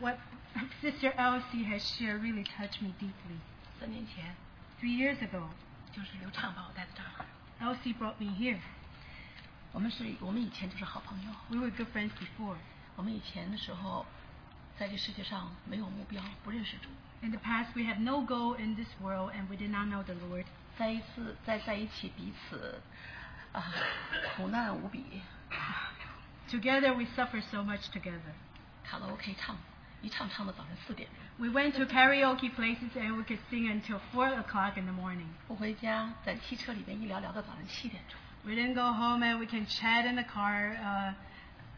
S4: What Sister Elsie has shared really touched me deeply.
S6: 三年前，
S4: Three years ago,
S6: 就是刘畅把我带到这儿了。
S4: Elsie brought me here.
S6: 我们是我们以前就是好朋友。
S4: We were good friends before.
S6: 我们以前的时候，在这世界上没有目标，不认识主。
S4: In the past, we had no goal in this world and we did not know the Lord.
S5: 在一次在在一起彼此啊苦难无比，
S4: Together, we suffered so much together.
S5: 卡拉 OK 唱，一唱唱到早上四点钟。
S4: We went to karaoke places and we could sing until 4 o'clock in the morning.
S5: 不回家，在汽车里面一聊聊到早上七点钟。
S4: We didn't go home and we can chat in the car uh,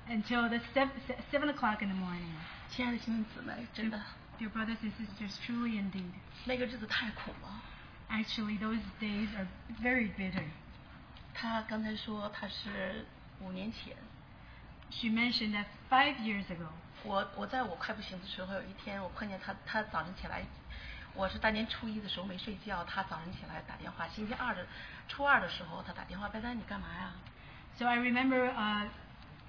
S4: until the sev- se- 7 o'clock in the morning.
S5: 亲爱的弟兄姊妹，真的
S4: Dear brothers and sisters, truly indeed.
S5: 那个日子太苦了。
S4: Actually, those days are very bitter.
S5: 他刚才说他是五年前，
S4: She mentioned that five years ago,
S5: 我我在我快不行的时候，有一天我碰见他，他早晨起来，我是大年初一的时候没睡觉，他早晨起来打电话，星期二的初二的时候他打电话，白丹你干嘛呀？
S4: So I remember uh,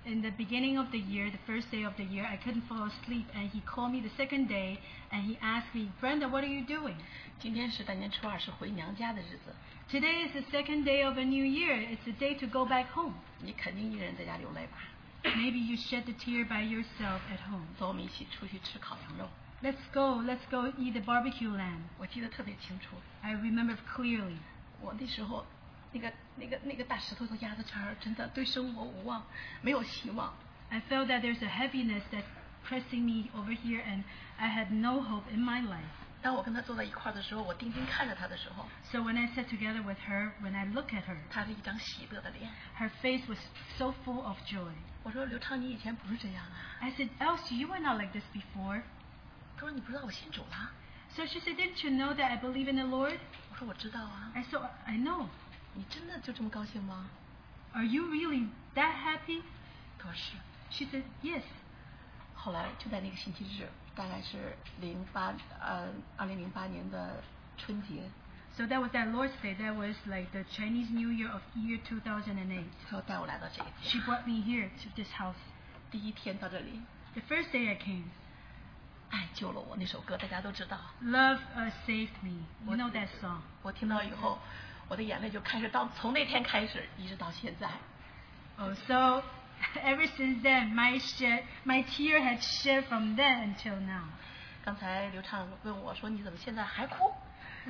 S4: in the beginning of the year, the first day of the year, I couldn't fall asleep, and he called me the second day, and he asked me, Brenda, what are you doing?
S5: 今天是大年初二，是回娘家的日子，
S4: Today is the second day of a new year. It's a day to go back home.
S5: 你肯定一个人在家流泪吧？
S4: Maybe you shed a tear by yourself at home.
S5: 走，我们一起出去吃烤羊肉。
S4: Let's go. Let's go eat the barbecue lamb.
S5: 我记得特别清楚，
S4: I remember clearly.
S5: 我那时候那个那个那个大石头做鸭子圈儿，真的对生活无望，没有希望。
S4: I felt that there's a heaviness that's pressing me over here, and I had no hope in my life.
S5: 当我跟他坐在一块儿的时候，我定睛看着他的时候，
S4: So when I sat together with her, when I look at her,
S5: 他是一张喜乐的脸。
S4: her face was so full of joy.
S5: 我说刘畅，你以前不是这样啊？
S4: I said, Elsie, you were not like this before.
S5: 他说你不知道我信主了。
S4: So she said, Didn't you know that I believe in the Lord?
S5: 我说我知道啊。
S4: I said, I know.
S5: 你真的就这么高兴吗？
S4: Are you really that happy?
S5: 他说是。
S4: She said, Yes.
S5: 后来就在那个星期日，大概是零八呃二零零八年的春节，
S4: So that was that Lord's Day. That was like the Chinese New Year of year 2008.
S5: 他又带我来到这个地
S4: She brought me here to this house.
S5: 第一天到这里，
S4: The first day I came,
S5: 爱救了我那首歌大家都知道。
S4: Love uh, Saved Me. You know that song.
S5: 我听到以后，我的眼泪就开始到从那天开始一直到现在。
S4: Oh, so ever since then, my, shed, my tear had shed from then until now.
S5: 刚才刘畅问我说：“你怎么现在还哭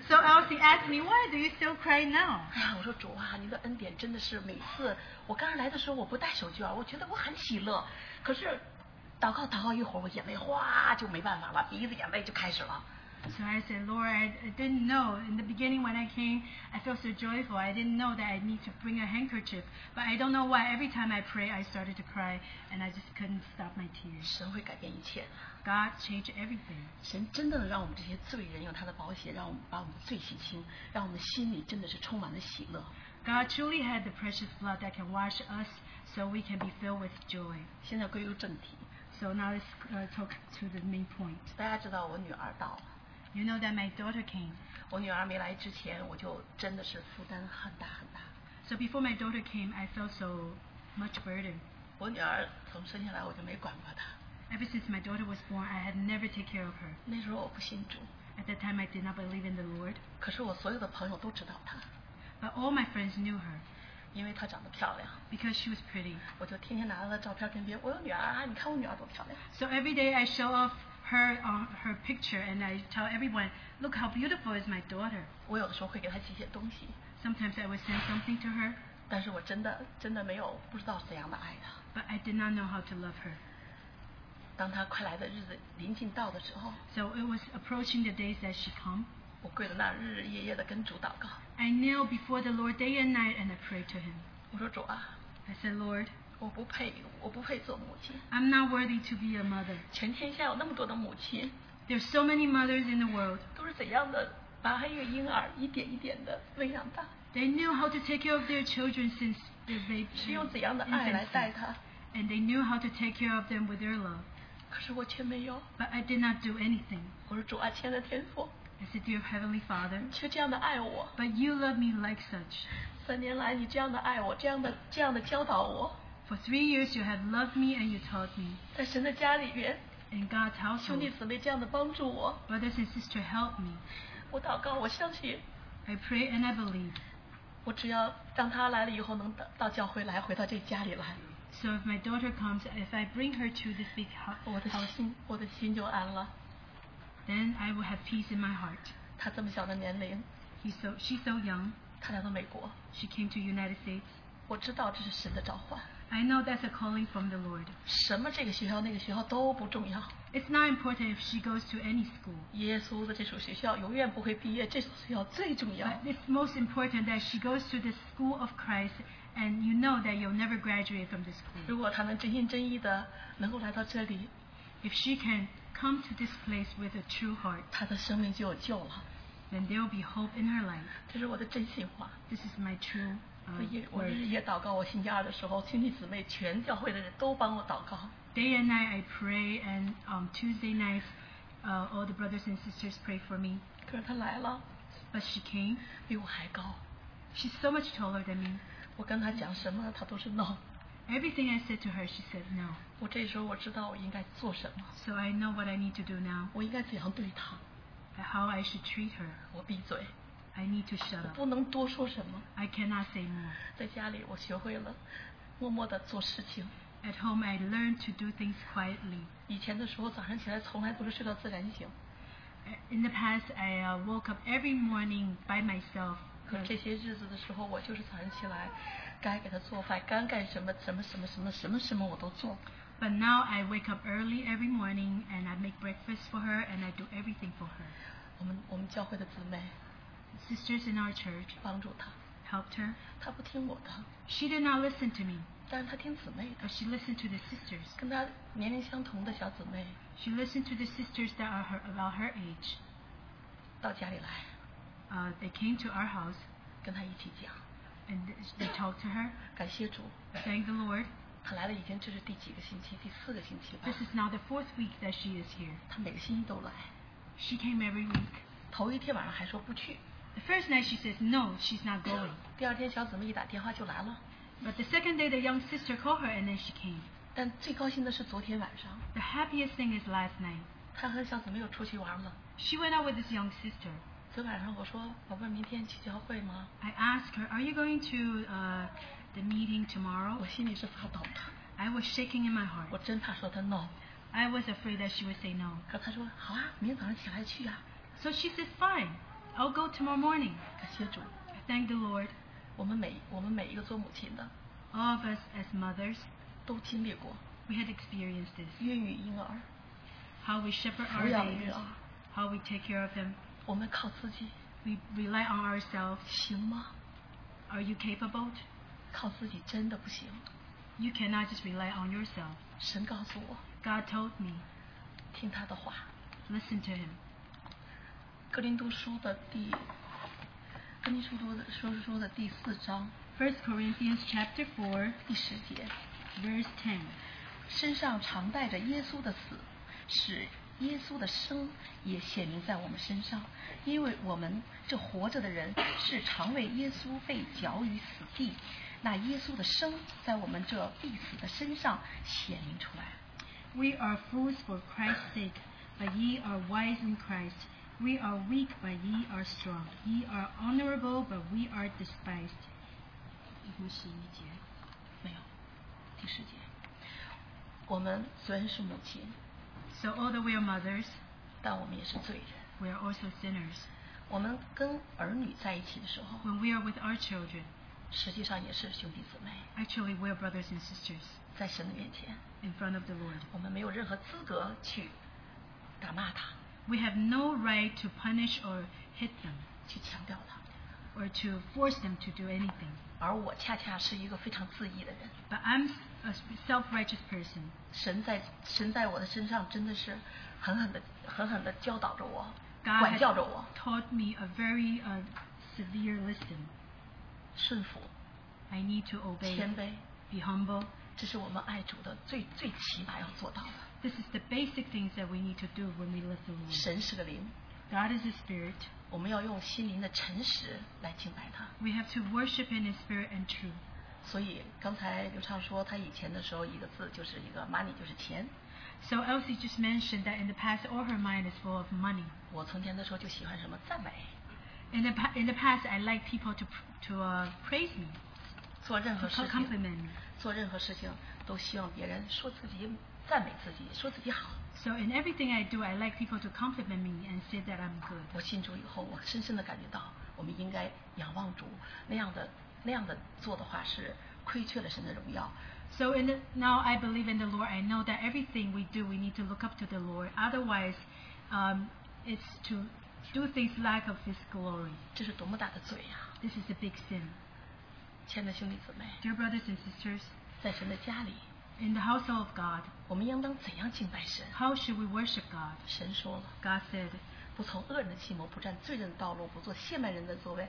S4: So Elsie asked me, Why do you still cry now?？”
S5: 哎呀，我说主啊，您的恩典真的是每次我刚来的时候我不带手绢，我觉得我很喜乐，可是祷告祷告一会儿，我眼泪哗就没办法了，鼻子眼泪就开始了。
S4: So I said, Lord, I, I didn't know. In the beginning, when I came, I felt so joyful. I didn't know that I need to bring a handkerchief. But I don't know why. Every time I pray, I started to cry, and I just couldn't stop my tears.
S5: 神会改变一切的，
S4: God changed everything.
S5: 神真的能让我们这些罪人用他的宝血，让我们把我们的罪洗清，让我们的心里真的是充满了喜乐。
S4: God truly had the precious blood that can wash us so we can be filled with joy.
S5: 现在归入正题，
S4: So now let's uh, talk to the main point.
S5: 大家知道我女儿到了。
S4: You know that my daughter came.
S5: 我女儿没来之前，我就真的是负担很大很大。
S4: So before my daughter came, I felt so much burden.
S5: 我女儿从生下来我就没管过她。
S4: Ever since my daughter was born, I had never taken care of her.
S5: 那时候我不信主，
S4: At that time, I did not believe in the Lord.
S5: 可是我所有的朋友都知道她，
S4: But all my friends knew her
S5: 因为她长得漂亮，
S4: because she was pretty.
S5: 我就天天拿着她照片跟别人，我有女儿啊，你看我女儿多漂亮。
S4: So every day I show off her uh, her picture and I tell everyone, look how beautiful is my daughter.
S5: 我有的时候会给她寄些东西，
S4: Sometimes I would send something to her,
S5: 但是我真的真的没有不知道怎样的爱她。
S4: but I did not know how to love her.
S5: 当她快来的日子临近到的时候，
S4: So it was approaching the days that she come.
S5: 我跪在那儿日日夜夜的跟主祷告，
S4: I knelt before the Lord day and night and I prayed to him.
S5: 我说主啊，
S4: I said, Lord,
S5: 我不配，我不配做母亲，
S4: I'm not worthy to be a mother.
S5: 全天下有那么多的母亲。
S4: There's so many mothers in the world.
S5: 都是怎样的把一个婴儿一点一点的喂养大，
S4: They knew how to take care of their children since their baby
S5: 是用怎样的爱来带
S4: infancy.
S5: 他，
S4: And they knew how to take care of them with their love.
S5: 可是我却没有。
S4: But I did not do anything.
S5: 我说主啊，亲爱的天父，
S4: I said, Dear Heavenly Father,
S5: 你却这样的爱我，
S4: but you love me like such.
S5: 三年来你这样的爱我，这样的这样的教导我，
S4: For three years you have loved me and you taught me.
S5: 在神的家里边，
S4: In God's
S5: 兄
S4: household,
S5: 弟姊妹这样的帮助我，
S4: brothers and sisters, help me.
S5: 我祷告，我相信，
S4: I pray and I believe.
S5: 我只要让他来了以后能到到教会来，回到这家里来，
S4: So if my daughter comes, if I bring her to this big hou-
S5: 我的
S4: house,
S5: 心我的心就安了。
S4: then I will have peace in my heart.
S5: 他这么小的年龄，
S4: He's so she's so young.
S5: 他来到美国，
S4: She came to United States.
S5: 我知道这是神的召唤。
S4: I know that's a calling from the Lord.
S5: 什么这个学校那个学校都不重要，
S4: It's not important if she goes to any school,
S5: 耶稣的这所学校永远不会毕业，这所学校最重要。
S4: but it's most important that she goes to the school of Christ, and you know that you'll never graduate from this school.
S5: 如果他能真心真意的能够来到这里，
S4: If she can come to this place with a true heart,
S5: 他的生命就有救了。
S4: then there will be hope in her life.
S5: 这是我的真心话。
S4: This is my true
S5: 我也
S4: uh,
S5: 我日
S4: word.
S5: 夜祷告，我星期二的时候，兄弟姊妹全教会的人都帮我祷告。
S4: Day and night I pray, and um, Tuesday nights uh, all the brothers and sisters pray for me.
S5: 可是他来了，
S4: But she came.
S5: 比我还高。
S4: She's so much taller than me.
S5: 我跟他讲什么，他都是 no。
S4: Everything I said to her, she said no.
S5: 我这时候我知道我应该做什么，
S4: So I know what I need to do now,
S5: 我应该怎样对他。
S4: how I should treat her.
S5: 我闭嘴，
S4: I need to shut
S5: 我
S4: up.
S5: 不能多说什么。
S4: I cannot say more.
S5: 在家里，我学会了默默的做事情。
S4: At home, I learned to do things quietly.
S5: 以前的时候，早上起来从来不是睡到自然醒，
S4: Uh, In the past, I uh, woke up every morning by myself.
S5: 可是这些日子的时候，我就是早上起来，该给他做饭，该干什么什么什么什么什么什么我都做。
S4: But now I wake up early every morning and I make breakfast for her and I do everything for her.
S5: 我们我们教会的姊妹
S4: Sisters in our church
S5: 帮助他，
S4: helped her.
S5: 他不听我的，
S4: She did not listen to me,
S5: 但是他听姊妹
S4: but
S5: 的，
S4: she listened to the sisters.
S5: 跟他年龄相同的小姊妹
S4: She listened to the sisters that are her, about her age.
S5: 到家里来，
S4: Uh, they came to our house
S5: 跟他一起讲，
S4: and they talked to her,
S5: 感谢主，
S4: thank the Lord.
S5: 他来了已经这是第几个星期，第四个星期吧
S4: This，is now the fourth week that she is here.
S5: 他每个星期都来，
S4: She came every week.
S5: 头一天晚上还说不去，
S4: The first night she says no, she's not going.
S5: 第二天小姊妹一打电话就来了，
S4: But the second day, the young sister called her and then she came.
S5: 但最高兴的是昨天晚上，
S4: The happiest thing is last night.
S5: 他和小姊妹又出去玩了。
S4: She went out with this young sister.
S5: 昨晚上我说，宝贝儿，明天去教会吗？
S4: I asked her, Are you going to uh, the meeting tomorrow?
S5: 我心里是发抖的，
S4: I was shaking in my
S5: 我
S4: heart.
S5: 真怕说他 no。
S4: I was afraid that she would say no.
S5: 可他说好啊，明天早上起来去啊。
S4: So she said, Fine, I'll go tomorrow morning.
S5: 感谢主，
S4: I thank the Lord.
S5: 我们每我们每一个做母亲的
S4: All of us as mothers,
S5: 都经历过
S4: we had experienced this.
S5: 孕育婴儿，
S4: How we shepherd our
S5: 抚养
S4: babies,
S5: 育儿，
S4: how we take care of them.
S5: 我们靠自己
S4: We rely on ourselves.
S5: 行吗？
S4: Are you capable?
S5: 靠自己真的不行。
S4: You cannot just rely on yourself.
S5: 神告诉我，
S4: God told me,
S5: 听他的话，
S4: listen to him.
S5: 《格林都书》的第《格林书书的说书的第四章
S4: First Corinthians chapter 4,
S5: 第十节，
S4: verse 10.
S5: 身上常带着耶稣的死，使耶稣的生也显明在我们身上，因为我们这活着的人是常为耶稣被绞于死地，那耶稣的生在我们这必死的身上显明出来。
S4: We are fools for Christ's sake, but ye are wise in Christ. We are weak, but ye are strong. Ye are honorable, but we are despised. 一共十一节。
S5: 没有，第十节，我们虽然是母亲，
S4: So although we are mothers,
S5: 但我们也是罪人。
S4: we are also sinners.
S5: 我们跟儿女在一起的时候，
S4: When we are with our children,
S5: 实际上也是兄弟姊妹，
S4: actually we are brothers and sisters
S5: 在神的面前，
S4: in front of the Lord.
S5: 我们没有任何资格去打骂他，
S4: We have no right to punish or hit them
S5: 去强调他。
S4: or to force them to do anything.
S5: 而我恰恰是一个非常自义的人。
S4: But I'm a self-righteous person.
S5: 神在神在我的身上真的是狠狠的、狠狠的教导着我，
S4: God
S5: 管
S4: has
S5: 教着我，
S4: taught me a very uh, severe lesson.
S5: 顺服、
S4: I need to obey,
S5: 谦卑，
S4: be humble.
S5: 这是我们爱主的最最起码要做到的。
S4: This is the basic things that we need to do when we love the Lord.
S5: 神是个灵，
S4: God is a spirit.
S5: 我们要用心灵的诚实来敬拜他。
S4: We have to worship in His spirit and truth.
S5: 所以刚才刘畅说，他以前的时候一个字就是一个 money，就是钱。
S4: So Elsie just mentioned that in the past, all her mind is full of money.
S5: 我从前的时候就喜欢什么赞美，
S4: In the pa- in the past, I like people to pr- to uh, praise me,
S5: 做任何
S4: to
S5: 事
S4: co-
S5: 情，
S4: compliment me.
S5: 做任何事情都希望别人说自己赞美自己，也说自己好。
S4: So in everything I do, I like people to compliment me and say that I'm good.
S5: 我信主以后，我深深的感觉到，我们应该仰望主，那样的那样的做的话是亏缺了神的荣耀。
S4: So in the, now I believe in the Lord. I know that everything we do, we need to look up to the Lord. Otherwise, um, it's to do things lack of His glory.
S5: 这是多么大的罪呀、
S4: This is a big sin.
S5: 亲爱的兄弟姊妹，
S4: Dear brothers and sisters,
S5: 在神的家里，
S4: in the household of God,
S5: 我们应当怎样敬拜神？啊
S4: how should we worship God?
S5: 神说了。
S4: God said,
S5: 不从恶人的计谋，不占罪人的道路，不做亵慢人的作为，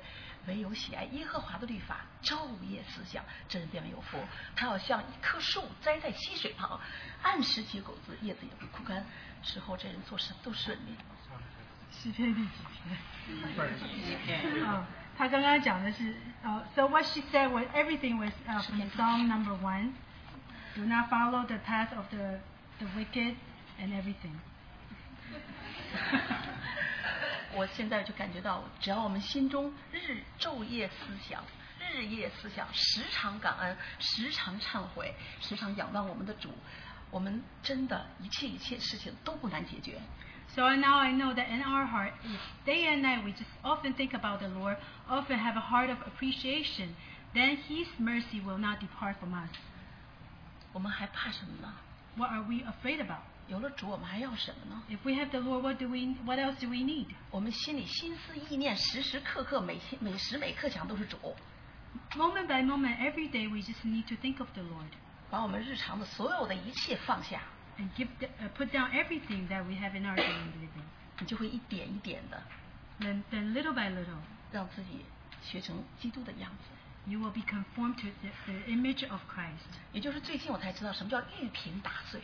S5: 唯有喜爱耶和华的律法，昼夜思想，这人便为有福。他要像一棵树栽在溪水旁，按时结果子，叶子也不枯干。之后这人做事都顺利。
S4: 诗篇第几篇？
S2: First,
S4: 哦，他刚刚讲的是，呃、s o what she said was everything was、uh, from Psalm number one. Do not follow the path of the the wicked and everything.
S5: 我现在就感觉到，只要我们心中日昼夜思想。日夜思想，时常感恩，时常忏悔，时常仰望我们的主，我们真的一切一切事情都不难解决。
S4: So I- now I know that in our heart, if day and night we just often think about the Lord, often have a heart of appreciation, then His mercy will not depart from us.
S5: 我们还怕什么呢？
S4: What are we afraid about?
S5: 有了主，我们还要什么呢？
S4: If we have the Lord, what do we? What else do we need?
S5: 我们心里心思意念，时时刻刻，每天每时每刻想都是主，
S4: Moment by moment, every day we just need to think of the Lord.
S5: 把我们日常的所有的一切放下，
S4: and give the, uh, put down everything that we have in our daily living.
S5: 你就会一点一点的
S4: Then, then little by little,
S5: 让自己学成基督的样子。
S4: you will be conformed to the, the image of Christ.
S5: 也就是最近我才知道什么叫玉瓶打碎，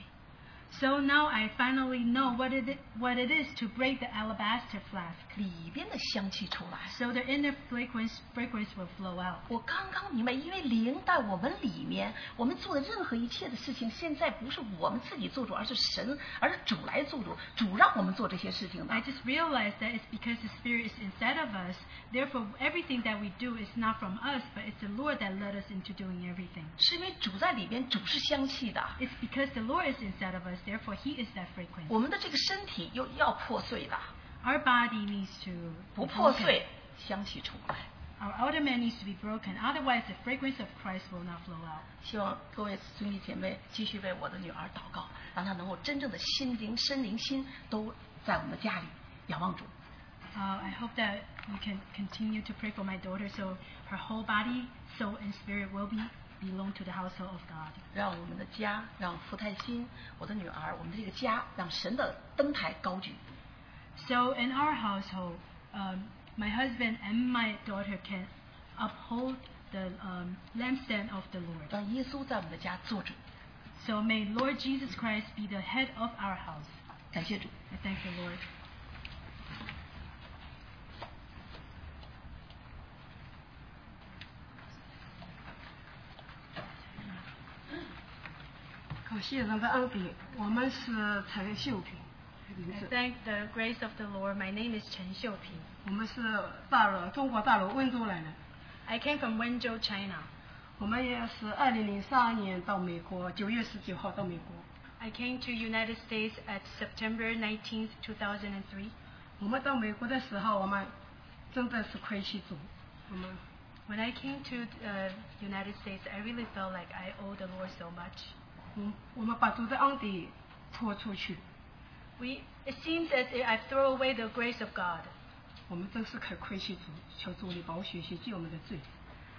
S4: So now I finally know what it i- what it is to break the alabaster flask,
S5: 里边的香气出来。
S4: so the inner fragrance fragrance will flow out.
S5: 我刚刚明白，因为灵在我们里面，我们做的任何一切的事情，现在不是我们自己做主，而是神，而是主来做主，主让我们做这些事情的
S4: I。just realized that it's because the Spirit is inside of us. Therefore, everything that we do is not from us, but it's the Lord that led us into doing everything.
S5: 是因为主在里边，主是香气的。
S4: It's because the Lord is inside of us. Therefore, He is that fragrance.
S5: 我们的这个身体又要破碎的，
S4: Our body needs to
S5: 不
S4: be
S5: 破
S4: broken.
S5: 碎，香气出不来。
S4: Our outer man needs to be broken, otherwise the fragrance of Christ will not flow out.
S5: 希望各位兄弟姐妹继续为我的女儿祷告，让她能够真正的心灵、身灵、心都在我们的家里仰望主。
S4: Uh, I hope that you can continue to pray for my daughter so her whole body, soul, and spirit will be belong to the household of God.
S5: 让我们的家，让福泰心，我的女儿，我们的这个家，让神的灯台高举。
S4: So in our household, um, my husband and my daughter can uphold the um, lampstand of the Lord.
S5: 让耶稣在我们的家做主。
S4: So may Lord Jesus Christ be the head of our house.
S5: 感谢主。
S4: I thank the Lord.
S7: 感谢神的恩典，我们是陈秀萍，名
S4: I
S7: 字，
S4: thank the grace of the Lord. My name is Chen Xiuping.
S7: 我们是大陆中国大陆温州来的，
S4: I came from Wenzhou, China.
S7: 我们也是二零零三年到美国，九月十九号到美国，
S4: I came to United States at September 19th, 2003.
S7: 我们到美国的时候，我们真的是亏欠主，我们
S4: When I came to uh, United States, I really felt like I owe the Lord so much.
S7: 嗯，我们把主的恩典拖出去，
S4: We, it seems as if I throw away the grace of God.
S7: 我们真是很亏欠主，求主你把我血洗净我们的罪，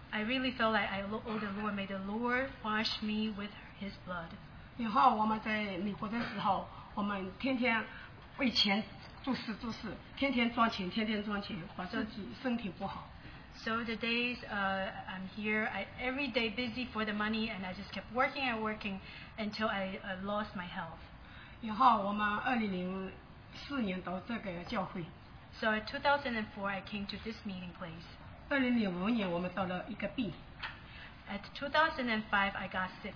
S4: I really felt like I lo- owe the Lord. May the Lord wash me with His blood.
S7: 然后我们在美国的时候，我们天天为钱做事做事，天天赚钱，天天赚钱，把自己身体不好。
S4: So the days uh, I'm here, I, every day busy for the money, and I just kept working and working until I uh, lost my health.
S7: 然后我们二零零四年到这个教会，
S4: So in 2004, I came to this meeting place.
S7: 二零零五年我们到了一个 B，
S4: At 2005, I got sick.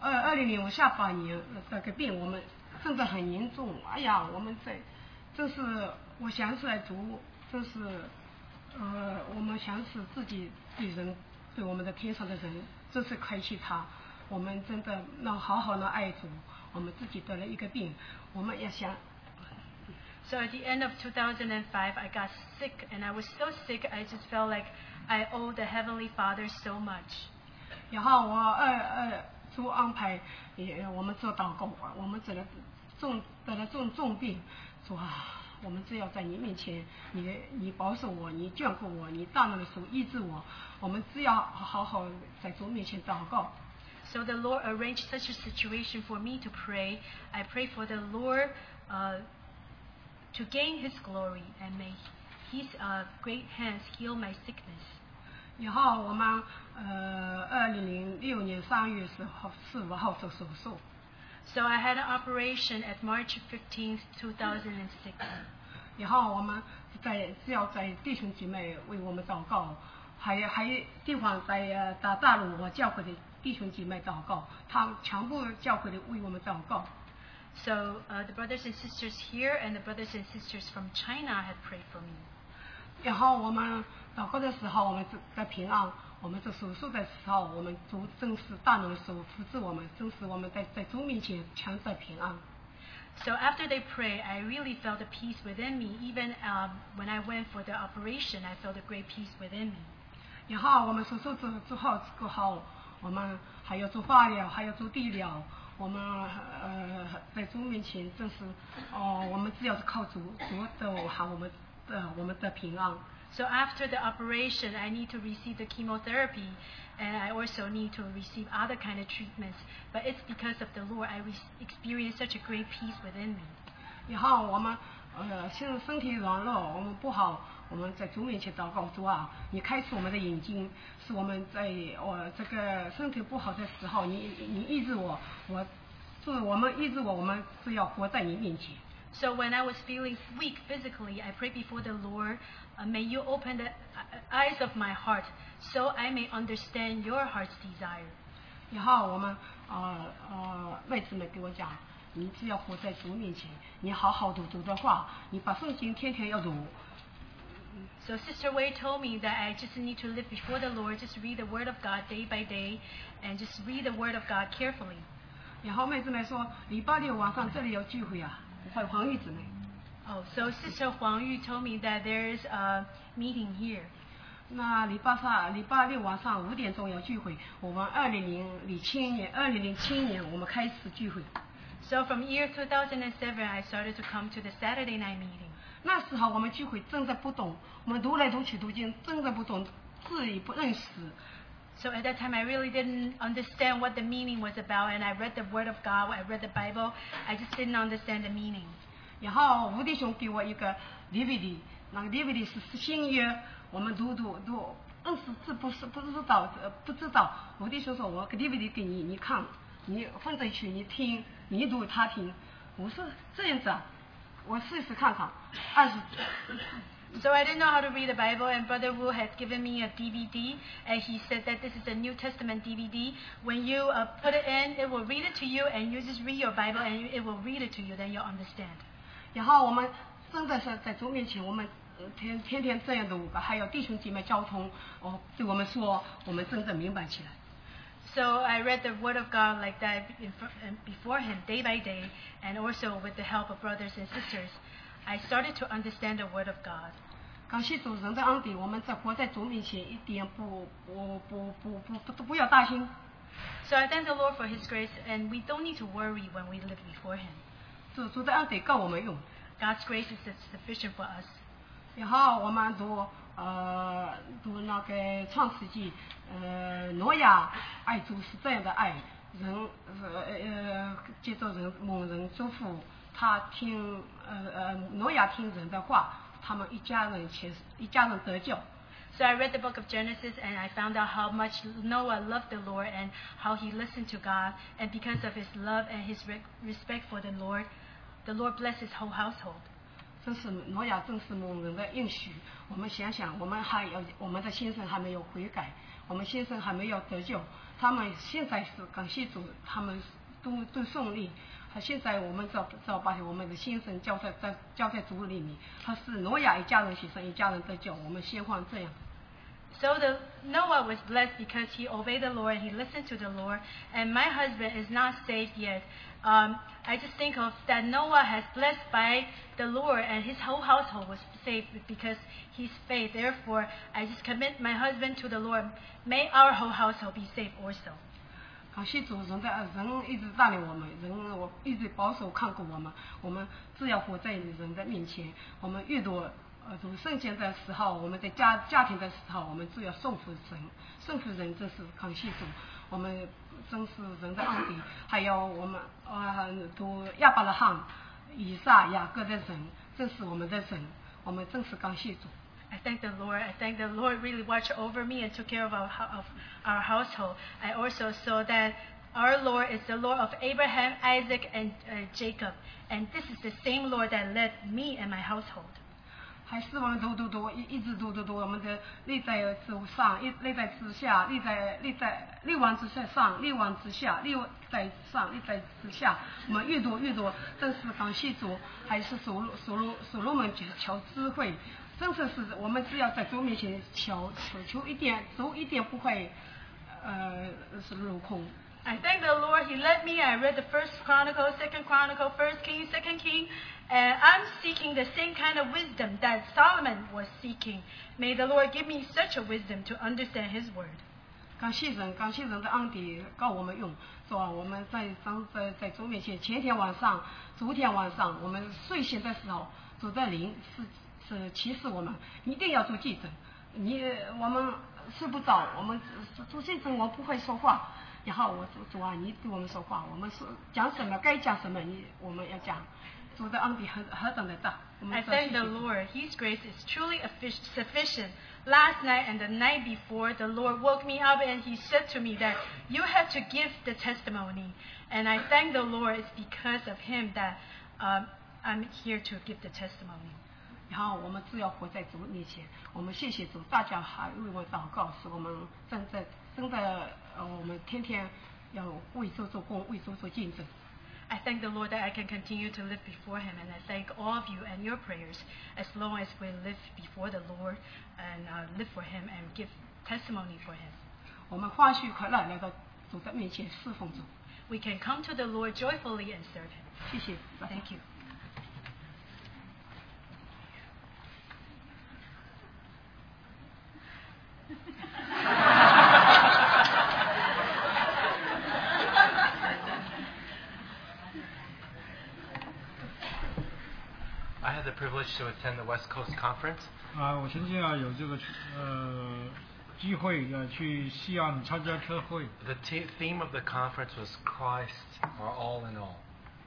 S7: 二二零零五下半年呃这个病我们真的很严重，哎呀，我们在，真是呃我想起来读，真是，呃，我们想起自己对人，对我们的天上的人，真是亏欠他，我们真的能好好的爱主，
S5: 我们自己得了一个病，我们要想
S4: So at the end of 2005, I got sick, and I was so sick, I just felt like I owe the Heavenly Father so much.
S5: 然后我二二主安排也我们做祷告，我们得了重得了重重病，主啊，我们只要在你面前，你你保守我，你眷顾我，你大能的手医治我，我们只要好好在主面前祷告。
S4: So the Lord arranged such a situation for me to pray. I pray for the Lord uh, to gain His glory, and may His uh, great hands heal my sickness.
S5: 以后我们呃，二零零六年三月十号四五号做手术，
S4: So I had an operation at March 15th, 2006.
S5: 以后我们在只要在弟兄姐妹为我们祷告，还有还有地方在呃大大陆我教会的弟兄姐妹祷告，他全部教会的为我们祷告。
S4: So uh, the brothers and sisters here and the brothers and sisters from China had prayed for me.
S5: 然后我们祷告的时候，我们这在平安；我们做手术的时候，我们主真实大能的手扶持我们，真实我们在在主面前全在平安。
S4: So after they prayed, I really felt a peace within me. Even um, when I went for the operation, I felt a great peace within me.
S5: 然后我们手术之之后过后，我们还要做化疗，还要做地疗。我们呃在主面前真是哦，我们只要是靠主主的喊我们呃我们的平安。
S4: So after the operation, I need to receive the chemotherapy, and I also need to receive other kind of treatments. But it's because of the Lord I re- experienced such a great peace within me.
S5: 然后我们呃现在身体软弱，我们不好，我们在主面前祷告主啊，你开启我们的眼睛，是我们在我、这个身体不好的时候，你你医治我，我是我们医治我，我们是要活在你面前。
S4: So when I was feeling weak physically, I prayed before the Lord, uh, may you open the uh, eyes of my heart, so I may understand your heart's desire.
S5: 然后我们呃呃妹子们给我讲，你只要活在主面前，你好好读读的话，你把圣经天天要读。
S4: So Sister Wei told me that I just need to live before the Lord, just read the Word of God day by day, and just read the Word of God carefully.
S5: 然后妹子们说，礼拜六晚上这里有聚会啊，黄黄玉姊妹。
S4: Oh, so Sister Huang Yu told me that there's a meeting here.
S5: 那礼拜三、礼拜六晚上五点钟有聚会。我们二零零零七年，二零零七年我们开始聚会。
S4: So from year 2007, I started to come to the Saturday night meeting.
S5: 那时候我们聚会真的不懂，我们读来读去读经真的不懂，字也不认识。
S4: So at that time, I really didn't understand what the meaning was about, and I read the Word of God, I read the Bible, I just didn't understand the meaning.
S5: 然后吴弟兄给我一个 DVD，那个 DVD 是是新约，我们读读读，认识字不是不知道呃不知道。吴弟兄说：“我给 DVD 给你，你看，你放在一起，你听，你读他听。”我说：“这样子啊，我试试看看。”二十
S4: So I didn't know how to read the Bible, and Brother Wu had given me a DVD, and he said that this is a New Testament DVD. When you uh, put it in, it will read it to you, and you just read your Bible, and it will read it to you, then you'll understand.
S5: 然后我们真的是在主面前，我们呃天天天这样的五个，还有弟兄姐妹交通，哦，对我们说，我们真的明白起来。
S4: So I read the Word of God like that in fr- and before Him, day by day, and also with the help of brothers and sisters, I started to understand the Word of God.
S5: 感谢主人的恩典，我们在活在主面前一点不不不不不不不要担心，
S4: So I thank the Lord for His grace, and we don't need to worry when we live before Him.
S5: 主主的恩典够我们用。
S4: God's grace is sufficient for us.
S5: 然后我们读呃读那个创世纪，呃挪亚爱主是这样的爱人，呃呃接着人某人嘱咐他听呃呃挪亚听人的话，他们一家人全一家人得救。
S4: So I read the book of Genesis, and I found out how much Noah loved the Lord and how he listened to God. And because of his love and his re- respect for the Lord, the Lord blessed his whole household.
S5: 真是挪亚，真是某人的应许。我们想想，我们还有我们的先生还没有悔改，我们先生还没有得救，他们现在是感谢主，他们都都顺利。他现在我们早早把我们的先生交在在交在主里面，他是挪亚一家人牺牲，一家人得救。我们先换这样。
S4: So the Noah was blessed because he obeyed the Lord, he listened to the Lord, and my husband is not saved yet. Um, I just think of that Noah has blessed by the Lord, and his whole household was saved because he's faith. Therefore, I just commit my husband to the Lord. May our whole household be saved also.
S5: 好，谢主神的爱神一直带领我们，人我一直保守看顾我们，我们只要活在人的面前，我们越多呃读圣经的时候，我们在家家庭的时候，我们就要顺服神，顺服人这是感谢主，我们真是人的奥底，还有我们呃读亚伯拉罕、以撒、雅各的神，正是我们的神，我们真是感谢主。
S4: I thank the Lord. I thank the Lord really watched over me and took care of our, hou- of our household. I also saw that our Lord is the Lord of Abraham, Isaac, and uh, Jacob. And this is the same Lord that led me and my household.
S5: 还是我们读读读，一一直读读读，我们的内在之上，一内在之下，内在内在内王之上，内王之下，内在之上，内在之下。我们越读越多，真是感谢主，还是所罗所罗所罗门求求智慧，真的是我们只要在主面前求求求一点，主一点不会呃是落空。
S4: I thank the Lord. He led me. I read the First Chronicle, Second Chronicle, First King, Second King, and I'm seeking the same kind of wisdom that Solomon was seeking. May the Lord give me such a wisdom to understand His word.
S5: 感谢神，感谢神的恩典够我们用，是吧？我们在上在在主面前，前天晚上、昨天晚上，我们睡醒的时候，主的灵是是启示我们，一定要做见证。你我们睡不着，我们做做见证，我不会说话。然后我主主啊，你对我们说话，我们说讲什么该讲什么，你我们要讲。主的恩典何何等的大，我们
S4: I
S5: 说谢
S4: thank
S5: 谢
S4: the
S5: 主。
S4: Lord. His grace is truly effic- sufficient. Last night and the night before, the Lord woke me up and He said to me that you have to give the testimony. And I thank the Lord. It's because of Him that um, I'm here to give the testimony.
S5: 然后我们只要活在主面前，我们谢谢主，大家还为我祷告，使我们真的真的呃，我们天天要为主做工，为主做见证。
S4: I thank the Lord that I can continue to live before Him, and I thank all of you and your prayers. As long as we live before the Lord and uh, live for Him and give testimony for Him,
S5: 我们欢喜快乐来到主的面前侍奉主，
S4: we can come to the Lord joyfully and serve Him.
S5: 谢谢。
S4: Thank you.
S2: I had the privilege to attend the West Coast Conference,
S1: 啊，我曾经啊有这个呃机会呃去西岸参加特会，
S2: The t- theme of the conference was Christ, our all in all.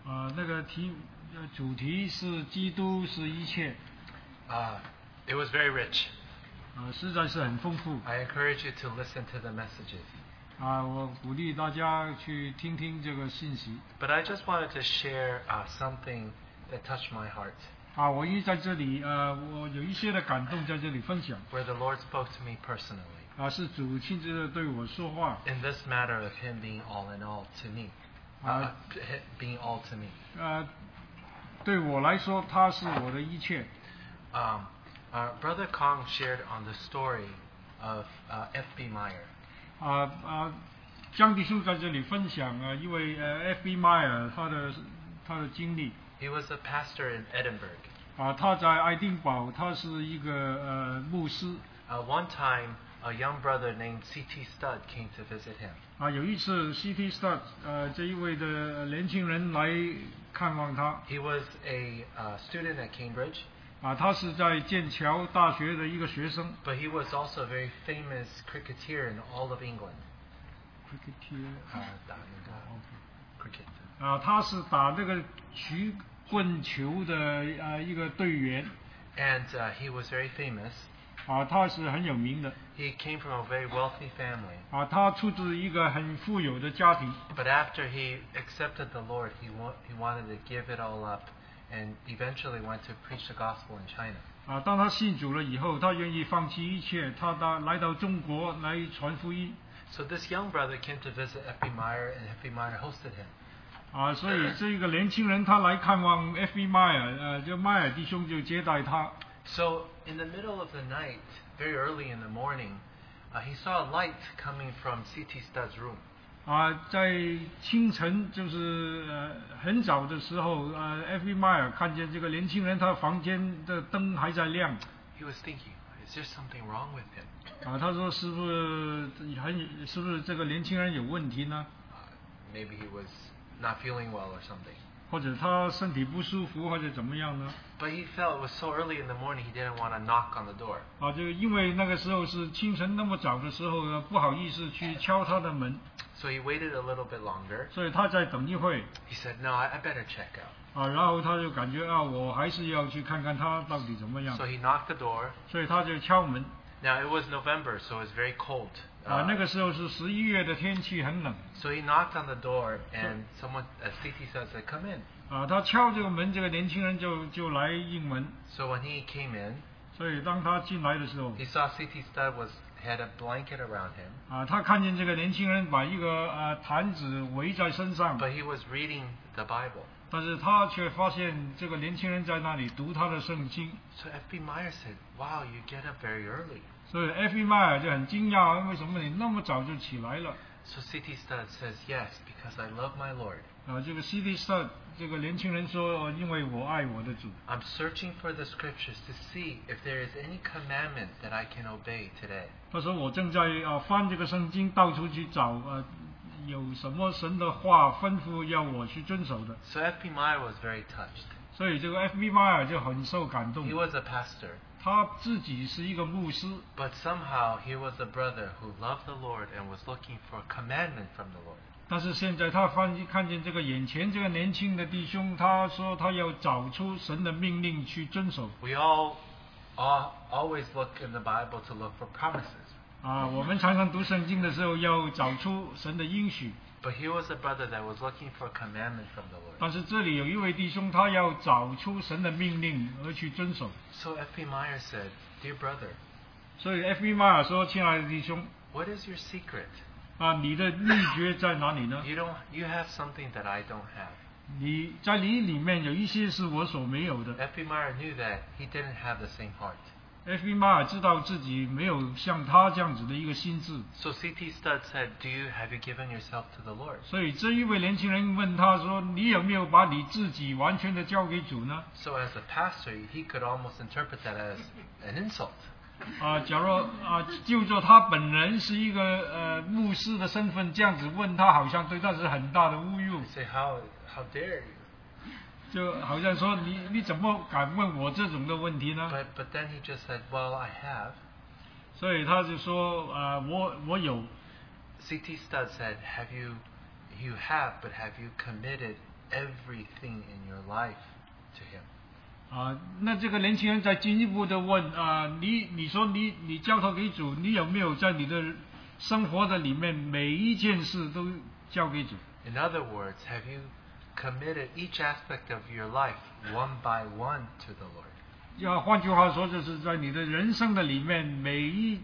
S1: 啊、那个题呃主题是基督是一切，
S2: Uh, it was very rich.
S1: 啊、实在是很丰富
S2: I encourage you to listen to the messages.
S1: 啊、我鼓励大家去听听这个信息
S2: But I just wanted to share uh, something that touched my heart,
S1: 啊、我一在这里呃，我有一些的感动在这里分享
S2: where the Lord spoke to me personally
S1: 啊、是主亲自的对我说话
S2: in this matter of Him being all in all to me, uh,
S1: Uh,
S2: p- being all to me.
S1: 啊、对我来说他是我的一切
S2: Um, uh, Brother Kong shared on the story of uh, F.B. Meyer.
S1: 啊啊，江迪树在这里分享啊，一位呃 F.B. Meyer 他的他的经历
S2: He was a pastor in Edinburgh.
S1: 啊，他在爱丁堡，他是一个呃牧师
S2: Uh, one time, a young brother named C.T. Stud came to visit him.
S1: 啊。有一次 C.T. Stud 呃这一位的呃年轻人来看望他
S2: He was a uh, student at Cambridge,
S1: 啊，他是在剑桥大学的一个学生
S2: but he was also a very famous cricketer in all of England. Uh, da- da- cricket.
S1: 啊，他是打那个曲棍球的呃一个队员
S2: And uh, he was very famous.
S1: 啊，他是很有名的
S2: He came from a very wealthy family,
S1: 啊，他出自一个很富有的家庭。
S2: but after he accepted the Lord, he, wa- he wanted to give it all up and eventually went to preach the gospel in China.
S1: 啊，当他信主了以后，他愿意放弃一切，他到来到中国来传福音
S2: So this young brother came to visit F.B. Meyer, and F.B. Meyer hosted him.
S1: 啊，所以这个年轻人他来看望 F.B. 迈尔，呃，就迈尔弟兄就接待他
S2: So in the middle of the night, very early in the morning, uh, he saw a light coming from C.T. Stud's room.
S1: 啊，在清晨就是呃很早的时候，呃 f v 迈尔看见这个年轻人，他房间的灯还在亮，
S2: He was thinking, is there something wrong with him?
S1: 啊，他说是不是很是不是这个年轻人有问题呢？
S2: Uh, maybe he was not feeling well or something.
S1: 或者他身体不舒服，或者怎么样呢？
S2: But he felt it was so early in the morning he didn't want to knock on the door.
S1: 啊，就因为那个时候是清晨那么早的时候呢，不好意思去敲他的门，
S2: So he waited a little bit longer.
S1: 所以他再等一会
S2: He said, no, I, I better check out.
S1: 啊，然后他就感觉啊，我还是要去看看他到底怎么样
S2: So，he knocked the door.
S1: 所以他就敲门。
S2: Now it was November, so it was very cold.
S1: 啊
S2: Uh,，
S1: 那个时候是十一月的天气很冷，
S2: so he knocked on the door, and someone, uh, CT said, said, "Come in."
S1: 啊，他敲这个门，这个年轻人就就来应门，
S2: So when he came in,
S1: 所以当他进来的时候，
S2: he saw CT Stud was had a blanket around him,
S1: 啊，他看见这个年轻人把一个呃坛子围在身上，
S2: but he was reading the Bible.
S1: 但是他却发现这个年轻人在那里读他的圣经，
S2: So F.B. Meyer said, "Wow, you get up very early."
S1: 所以 F.E. 迈尔就很惊讶，为什么你那么早就起来了？
S2: So CT Stud says, "Yes, because I love my Lord.
S1: 啊，这个 C.D. Stud 这个年轻人说，呃因为我爱我的主，
S2: I'm searching for the scriptures to see if there is any commandment that I can obey today."
S1: 他说我正在啊翻这个圣经，到处去找啊有什么神的话吩咐要我去遵守的。
S2: So F.B. Meyer was very touched.
S1: 所以这个 F.B. 迈尔就很受感动
S2: He，was a pastor,
S1: 他自己是一个牧师，
S2: but somehow he was a brother who loved the Lord and was looking for a commandment from the Lord.
S1: 但是现在他翻看见这个眼前这个年轻的弟兄，他说他要找出神的命令去遵守
S2: We all, all always look in the Bible to look for promises,
S1: 啊。我们常常读圣经的时候要找出神的应许，
S2: but he was a brother that was looking for a commandment from the
S1: 但
S2: Lord.
S1: 是这里有一位弟兄，他要找出神的命令而去遵守。
S2: So F.P. Meyer said, "Dear brother,
S1: 所以 F.B. 迈尔说：“亲爱的弟兄
S2: what is your secret?
S1: 啊，你的秘诀在哪里呢？
S2: You don't. You have something that I don't have."
S1: 你在你里面有一些是我所没有的。
S2: F.P. Meyer knew that he didn't have the same heart.
S1: ”F.B. 迈尔知道自己没有像他这样子的一个心智，
S2: So C.T. Stud said, "Do you have you given yourself to the Lord?"
S1: 所以这一位年轻人问他说：“你有没有把你自己完全的交给主呢
S2: So as a pastor, he could almost interpret that as an insult.？”
S1: 啊，假若啊，就着他本人是一个呃牧师的身份这样子问他，好像对他是很大的侮辱
S2: You，say, "How how dare you?"
S1: 就好像说你你怎么敢问我这种的问题呢？
S2: But but then he just said, "Well, I have."
S1: 所以他就说啊、我我有
S2: C.T. Stud said, "Have you, you have, but have you committed everything in your life to Him?"
S1: 啊、那这个年轻人再进一步的问啊、你你说你你交托给主，你有没有在你的生活的里面每一件事都交给主？
S2: In other words, have you committed each aspect of your life one by one to the Lord?
S1: 要换句话说，就是在你的人生的里面，每一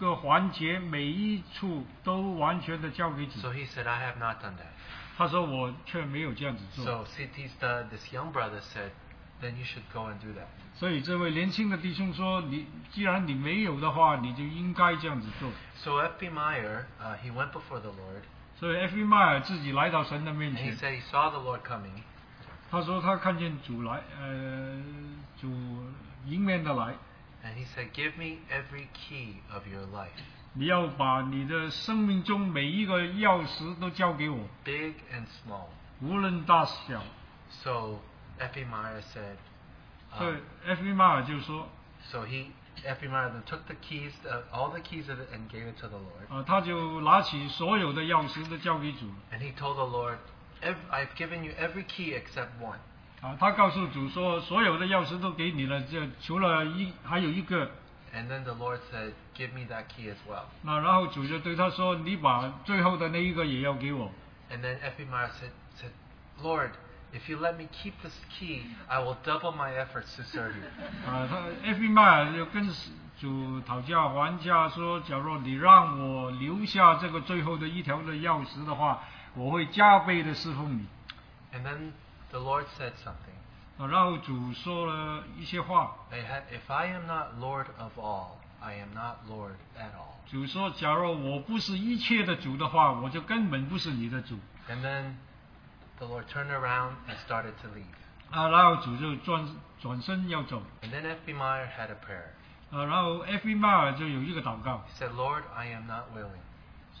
S1: 个环节、每一处都完全的交给主。
S2: So he said, "I have not done that."
S1: 他说我却没有这样子做
S2: So C.T. Stud, this young brother, said, "Then you should go and do that."
S1: 所以这位年轻的弟兄说：“你既然你没有的话，你就应该这样子做。
S2: So F.B. Meyer, uh, he went before the Lord, ”
S1: 所以 F.E. 迈尔自己来到神的面
S2: and
S1: 前，
S2: he said he saw the Lord coming,
S1: 他说他看见主来，呃，主迎面的来，
S2: and he said, "Give me every key of your life,
S1: 你要把你的生命中每一个钥匙都交给我，
S2: big and small."
S1: 无论大小。
S2: So Effie Meyer said,
S1: 所以
S2: um,
S1: F.E. 迈尔就说。
S2: so he, Effie Meyer then took the keys, uh, all the keys of it and gave it to the Lord.
S1: 啊，他就拿起所有的钥匙都交给主
S2: And he told the Lord, "Ev- I've given you every key except one.
S1: 啊，他告诉主说，所有的钥匙都给你了，这除了一还有一个，
S2: And then the Lord said, give me that key as well.
S1: 那啊然后主就对他说，你把最后的那一个也要给我
S2: And then Effie Meyer said, said, Lord, if you let me keep this key, I will double my efforts to serve you.
S1: 啊，他 F. 迈尔就跟主讨价还价说，假若你让我留下这个最后的一条的钥匙的话，我会加倍的侍奉你
S2: And then the Lord said something.
S1: 啊，然后主说了一些话
S2: "I ha- If I am not Lord of all, I am not Lord at all.
S1: 主说：“假如我不是一切的主的话，我就根本不是你的主。
S2: And then the Lord turned around and started to leave. ”
S1: 啊，然后主就转转身要走。
S2: And then F.B. Meyer had a prayer.
S1: 啊，然后 F. V. 马尔就有一个祷告
S2: He，said, Lord, I am not willing,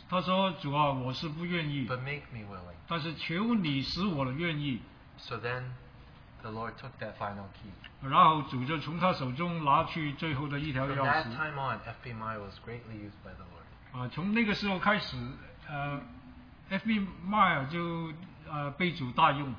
S1: 他说：“主啊，我是不愿意，
S2: but make me willing.
S1: 但是求你使我的愿意。
S2: So then the Lord took that final key. ”
S1: 然后主就从他手中拿去最后的一条
S2: From
S1: 钥
S2: that
S1: 匙。
S2: time on, F.B. Meyer was greatly used by the Lord.
S1: 啊，从那个时候开始，呃，F. B. 迈尔就呃被主大用，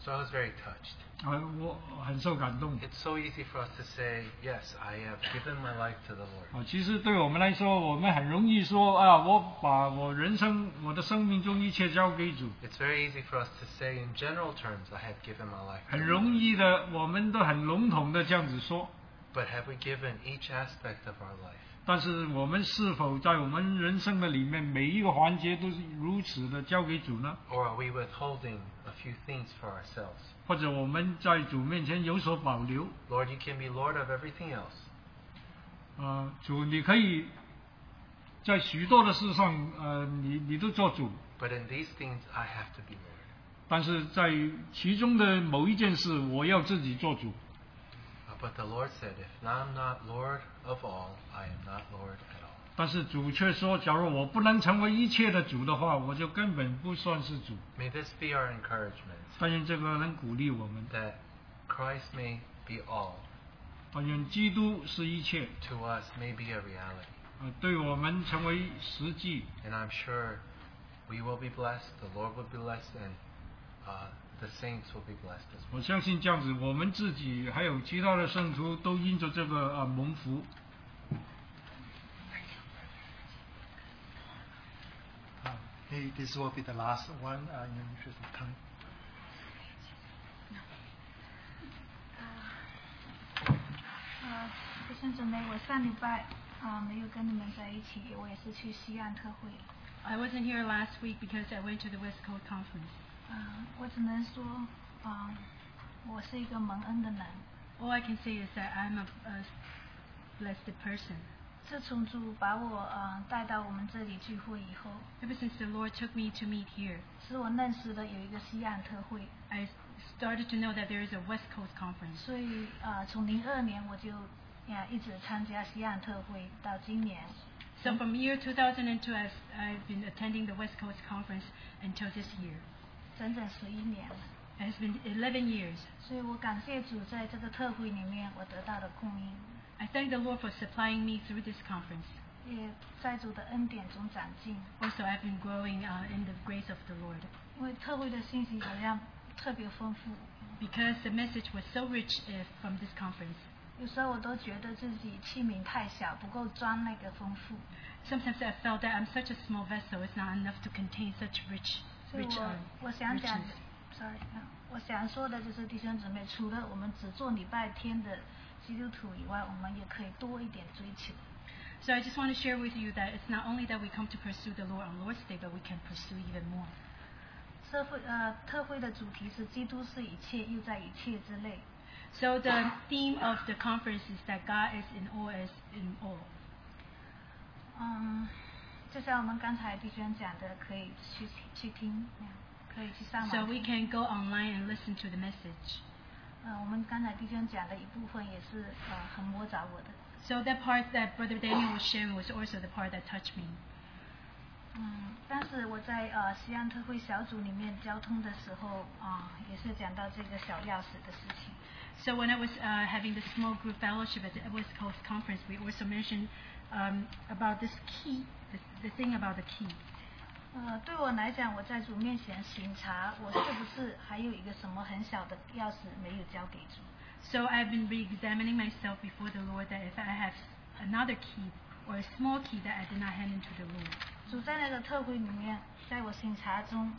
S2: So I was very touched.
S1: 啊、我很受感动。
S2: It's so easy for us to say, Yes, I have given my life to the Lord.
S1: 啊，其实对我们来说，我们很容易说啊，我把我人生、我的生命中一切交给主，
S2: It's very easy for us to say, in general terms, I have given my life. to
S1: 很
S2: the
S1: 容
S2: Lord."
S1: 易的，我们都很笼统的这样子说。
S2: But have we given each aspect of our life?
S1: 但是我们是否在我们人生的里面每一个环节都是如此的交给主呢？
S2: Or are we withholding a few things for ourselves?
S1: 或者我们在主面前有所保留？
S2: Lord, you can be Lord of everything else,
S1: 啊，主，你可以在许多的事上，呃，你你都做主，
S2: but in these things, I have to be Lord.
S1: 但是在其中的某一件事，我要自己做主。
S2: Uh, But the Lord said, If I'm not Lord of all, I am not Lord at all.
S1: 但是主却说，假如我不能成为一切的主的话，我就根本不算是主。
S2: May this be our encouragement
S1: 但愿这个能鼓励我们，
S2: that Christ may be all,
S1: 但愿基督是一切，
S2: to us may be a reality.
S1: 啊、对我们成为实际。
S2: And I'm sure we will be blessed, the Lord will be blessed, and uh, the saints will be blessed as well.
S1: 我相信这样子，我们自己还有其他的圣徒都因着这个啊、蒙福。
S2: Um,
S8: Hey, this will be the last one uh, in the interest of time.
S9: 呃
S4: I wasn't here last week because I went to the West Coast conference.
S9: 嗯，我只能说，嗯，我是一个蒙恩的人。
S4: All I can say is that I'm a, a blessed person.
S9: 自从主把我呃带到我们这里聚会以后，
S4: Ever since the Lord took me to meet here,
S9: 使我认识了有一个西岸特会，
S4: I s- started to know that there is a West Coast conference.
S9: 所以呃从零二年我就呀一直参加西岸特会到今年。
S4: So from year 2002, I've, I've been attending the West Coast conference until this year.
S9: 整整十一年了，
S4: It has been 11 years.
S9: 所以我感谢主，在这个特会里面我得到的供应，
S4: I thank the Lord for supplying me through this conference.
S9: 也在主的恩典中长进。
S4: Also, I've been growing uh, in the grace of the Lord
S9: 因为特会的信息好像特别丰富，
S4: because the message was so rich uh, from this conference.
S9: 有时候我都觉得自己器皿太小，不够装那个丰富，
S4: Sometimes I felt that I'm such a small vessel, it's not enough to contain such rich,
S9: 所以
S4: rich
S9: 我
S4: um,
S9: 我想讲
S4: riches.
S9: ，sorry，啊我想说的就是弟兄姊妹，除了我们只做礼拜天的基督徒以外，我们也可以多一点追求。
S4: So I just want to share with you that it's not only that we come to pursue the Lord on Lord's Day, but we can pursue even more.
S9: 社会呃特会的主题是基督是一切，又在一切之内。
S4: So the theme of the conference is that God is in all is in all.
S9: 嗯，就像我们刚才弟兄讲的，可以去去听，嗯可以去上网
S4: So
S9: 听。
S4: we can go online and listen to the message.
S9: 呃，我们刚才弟兄讲的一部分也是呃很摸着我的。
S4: So that part that Brother Daniel was sharing was also the part that touched me.
S9: 嗯，但是我在呃西安特会小组里面交通的时候啊、也是讲到这个小钥匙的事情。
S4: So when I was uh, having the small group fellowship at the West Coast Conference, we also mentioned um, about this key, the, the thing about the key.
S9: 呃，对我来讲，我在主面前巡查，我是不是还有一个什么很小的钥匙没有交给主？
S4: So I've been re-examining myself before the Lord that if I have another key or a small key that I did not hand into the Lord.
S9: 主在那个特会里面，在我巡查中，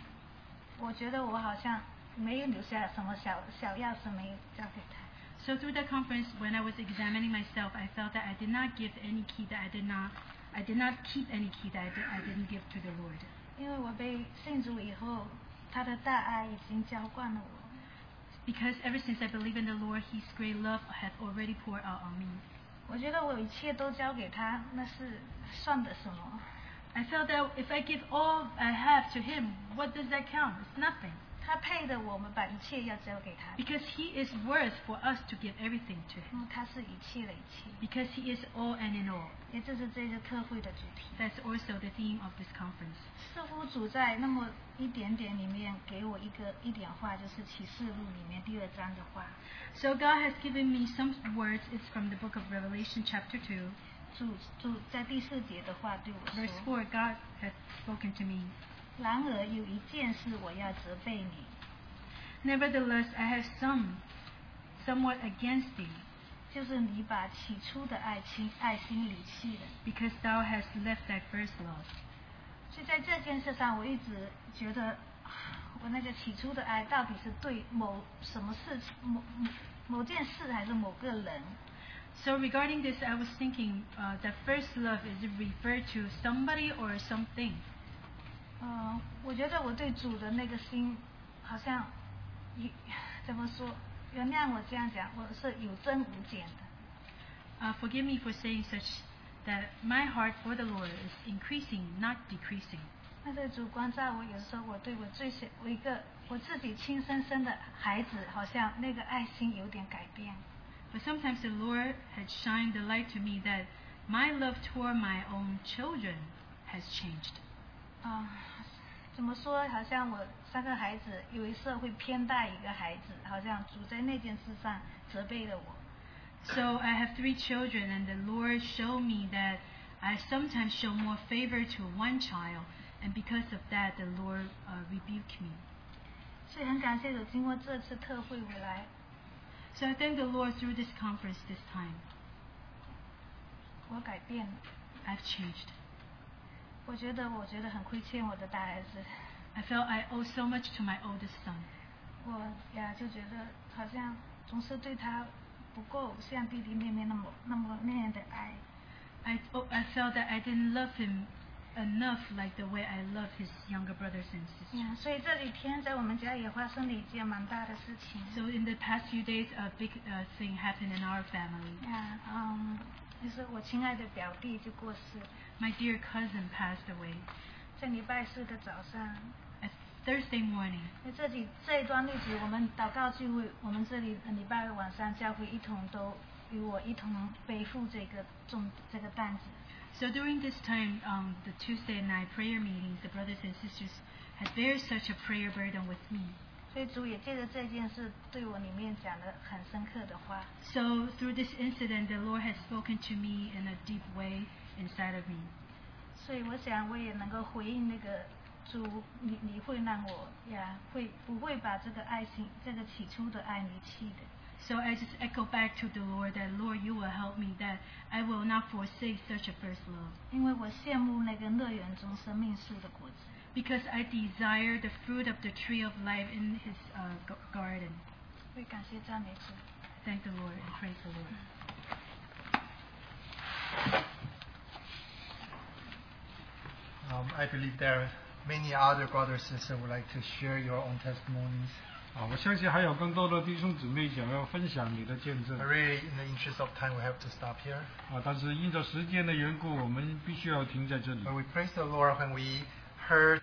S9: 我觉得我好像没有留下什么小小钥匙没有交给他。
S4: So through that conference, when I was examining myself, I felt that I did not give any key that I did not, I did not keep any key that I, did, I didn't give to the Lord.
S9: 因为我被信主以后，他的大爱已经浇灌了我。
S4: Because ever since I believe in the Lord, His great love hath already poured out on me.
S9: 我觉得我一切都交给他，那是算得什么？
S4: I felt that if I give all I have to him, what does that count? It's nothing.
S9: 他配的，我们把一切要交给他。
S4: Because he is worth for us to give everything to him.
S9: 嗯，他是一切的一切，
S4: Because he is all and in all.
S9: 也就是这个特会的主题。
S4: That's also the theme of this conference.
S9: 似乎主在那么一点点里面给我一个一点话，就是启示录里面第二章的话。
S4: So God has given me some words. It's from the book of Revelation, chapter 2,
S9: 主主在第四节的话对我
S4: verse
S9: 说
S4: 4. God has spoken to me.：“
S9: 然而有一件事我要责备你，
S4: Nevertheless, I have some somewhat against thee,
S9: 就是你把起初的爱情爱心离弃了。
S4: because thou hast left thy first love. ”
S9: 所以在这件事上，我一直觉得啊我那个起初的爱到底是对某什么事情、某某某件事还是某个人？
S4: So regarding this, I was thinking uh, that first love is it referred to somebody or something.
S9: 嗯，我觉得我对主的那个心，好像一 怎么说？原谅我这样讲，我是有增无减的。
S4: Uh, forgive me for saying such that my heart for the Lord is increasing, not decreasing.
S9: 那对主光照我，有时候我对我最小我一个我自己亲生生的孩子，好像那个爱心有点改变。
S4: But sometimes the Lord had shined the light to me that my love toward my own children has changed.
S9: 啊、怎么说？好像我三个孩子有一次会偏待一个孩子，好像主在那件事上责备了我。
S4: So I have three children, and the Lord showed me that I sometimes show more favor to one child, and because of that, the Lord uh, rebuked me.
S9: 所以很感谢主，经过这次特会回来，
S4: So I thank the Lord through this conference this time.
S9: 我改变了。
S4: I've changed.
S9: 我觉得，我觉得很亏欠我的大儿子。
S4: I felt I owe so much to my oldest son.
S9: 我呀，就觉得好像总是对他不够像弟弟妹妹那么那么那样的爱。
S4: I, oh, I felt that I didn't love him enough like the way I love his younger brothers and sisters.
S9: 嗯，所以这几天在我们家也发生了一件蛮大的事情。
S4: So in the past few days, a big uh, thing happened in our family.
S9: 呀，嗯，就是我亲爱的表弟就过世了，
S4: My dear cousin passed away
S9: 在礼拜四的早上。
S4: at Thursday morning.
S9: 那这里这一段日子，我们祷告聚会，我们这里呃礼拜二晚上教会一同都与我一同背负这个重这个担子。
S4: So during this time, um, the Tuesday night prayer meetings, the brothers and sisters had bear such a prayer burden with me.
S9: 所以主也借着这件事对我里面讲了很深刻的话。
S4: So through this incident, the Lord has spoken to me in a deep way inside of me.
S9: 所以我想我也能够回应那个主，你你会让我呀，会不会把这个爱情，这个起初的爱离弃的？
S4: So I just echo back to the Lord that Lord, you will help me that I will not forsake such a first love
S9: 因为我羡慕那个乐园中生命树的果子。
S4: because I desire the fruit of the tree of life in His uh, g- garden.
S9: 会感谢赞美主。
S4: Thank the Lord and praise the Lord.
S2: Um, I believe there are many other brothers and sisters would like to share your own testimonies.
S1: 啊，我相信还有更多的弟兄姊妹想要分享你的见证
S2: But really, in the interest of time, we have to stop here.
S1: 啊，但是因着时间的缘故，我们必须要停在这里
S2: But。we praise the Lord when we heard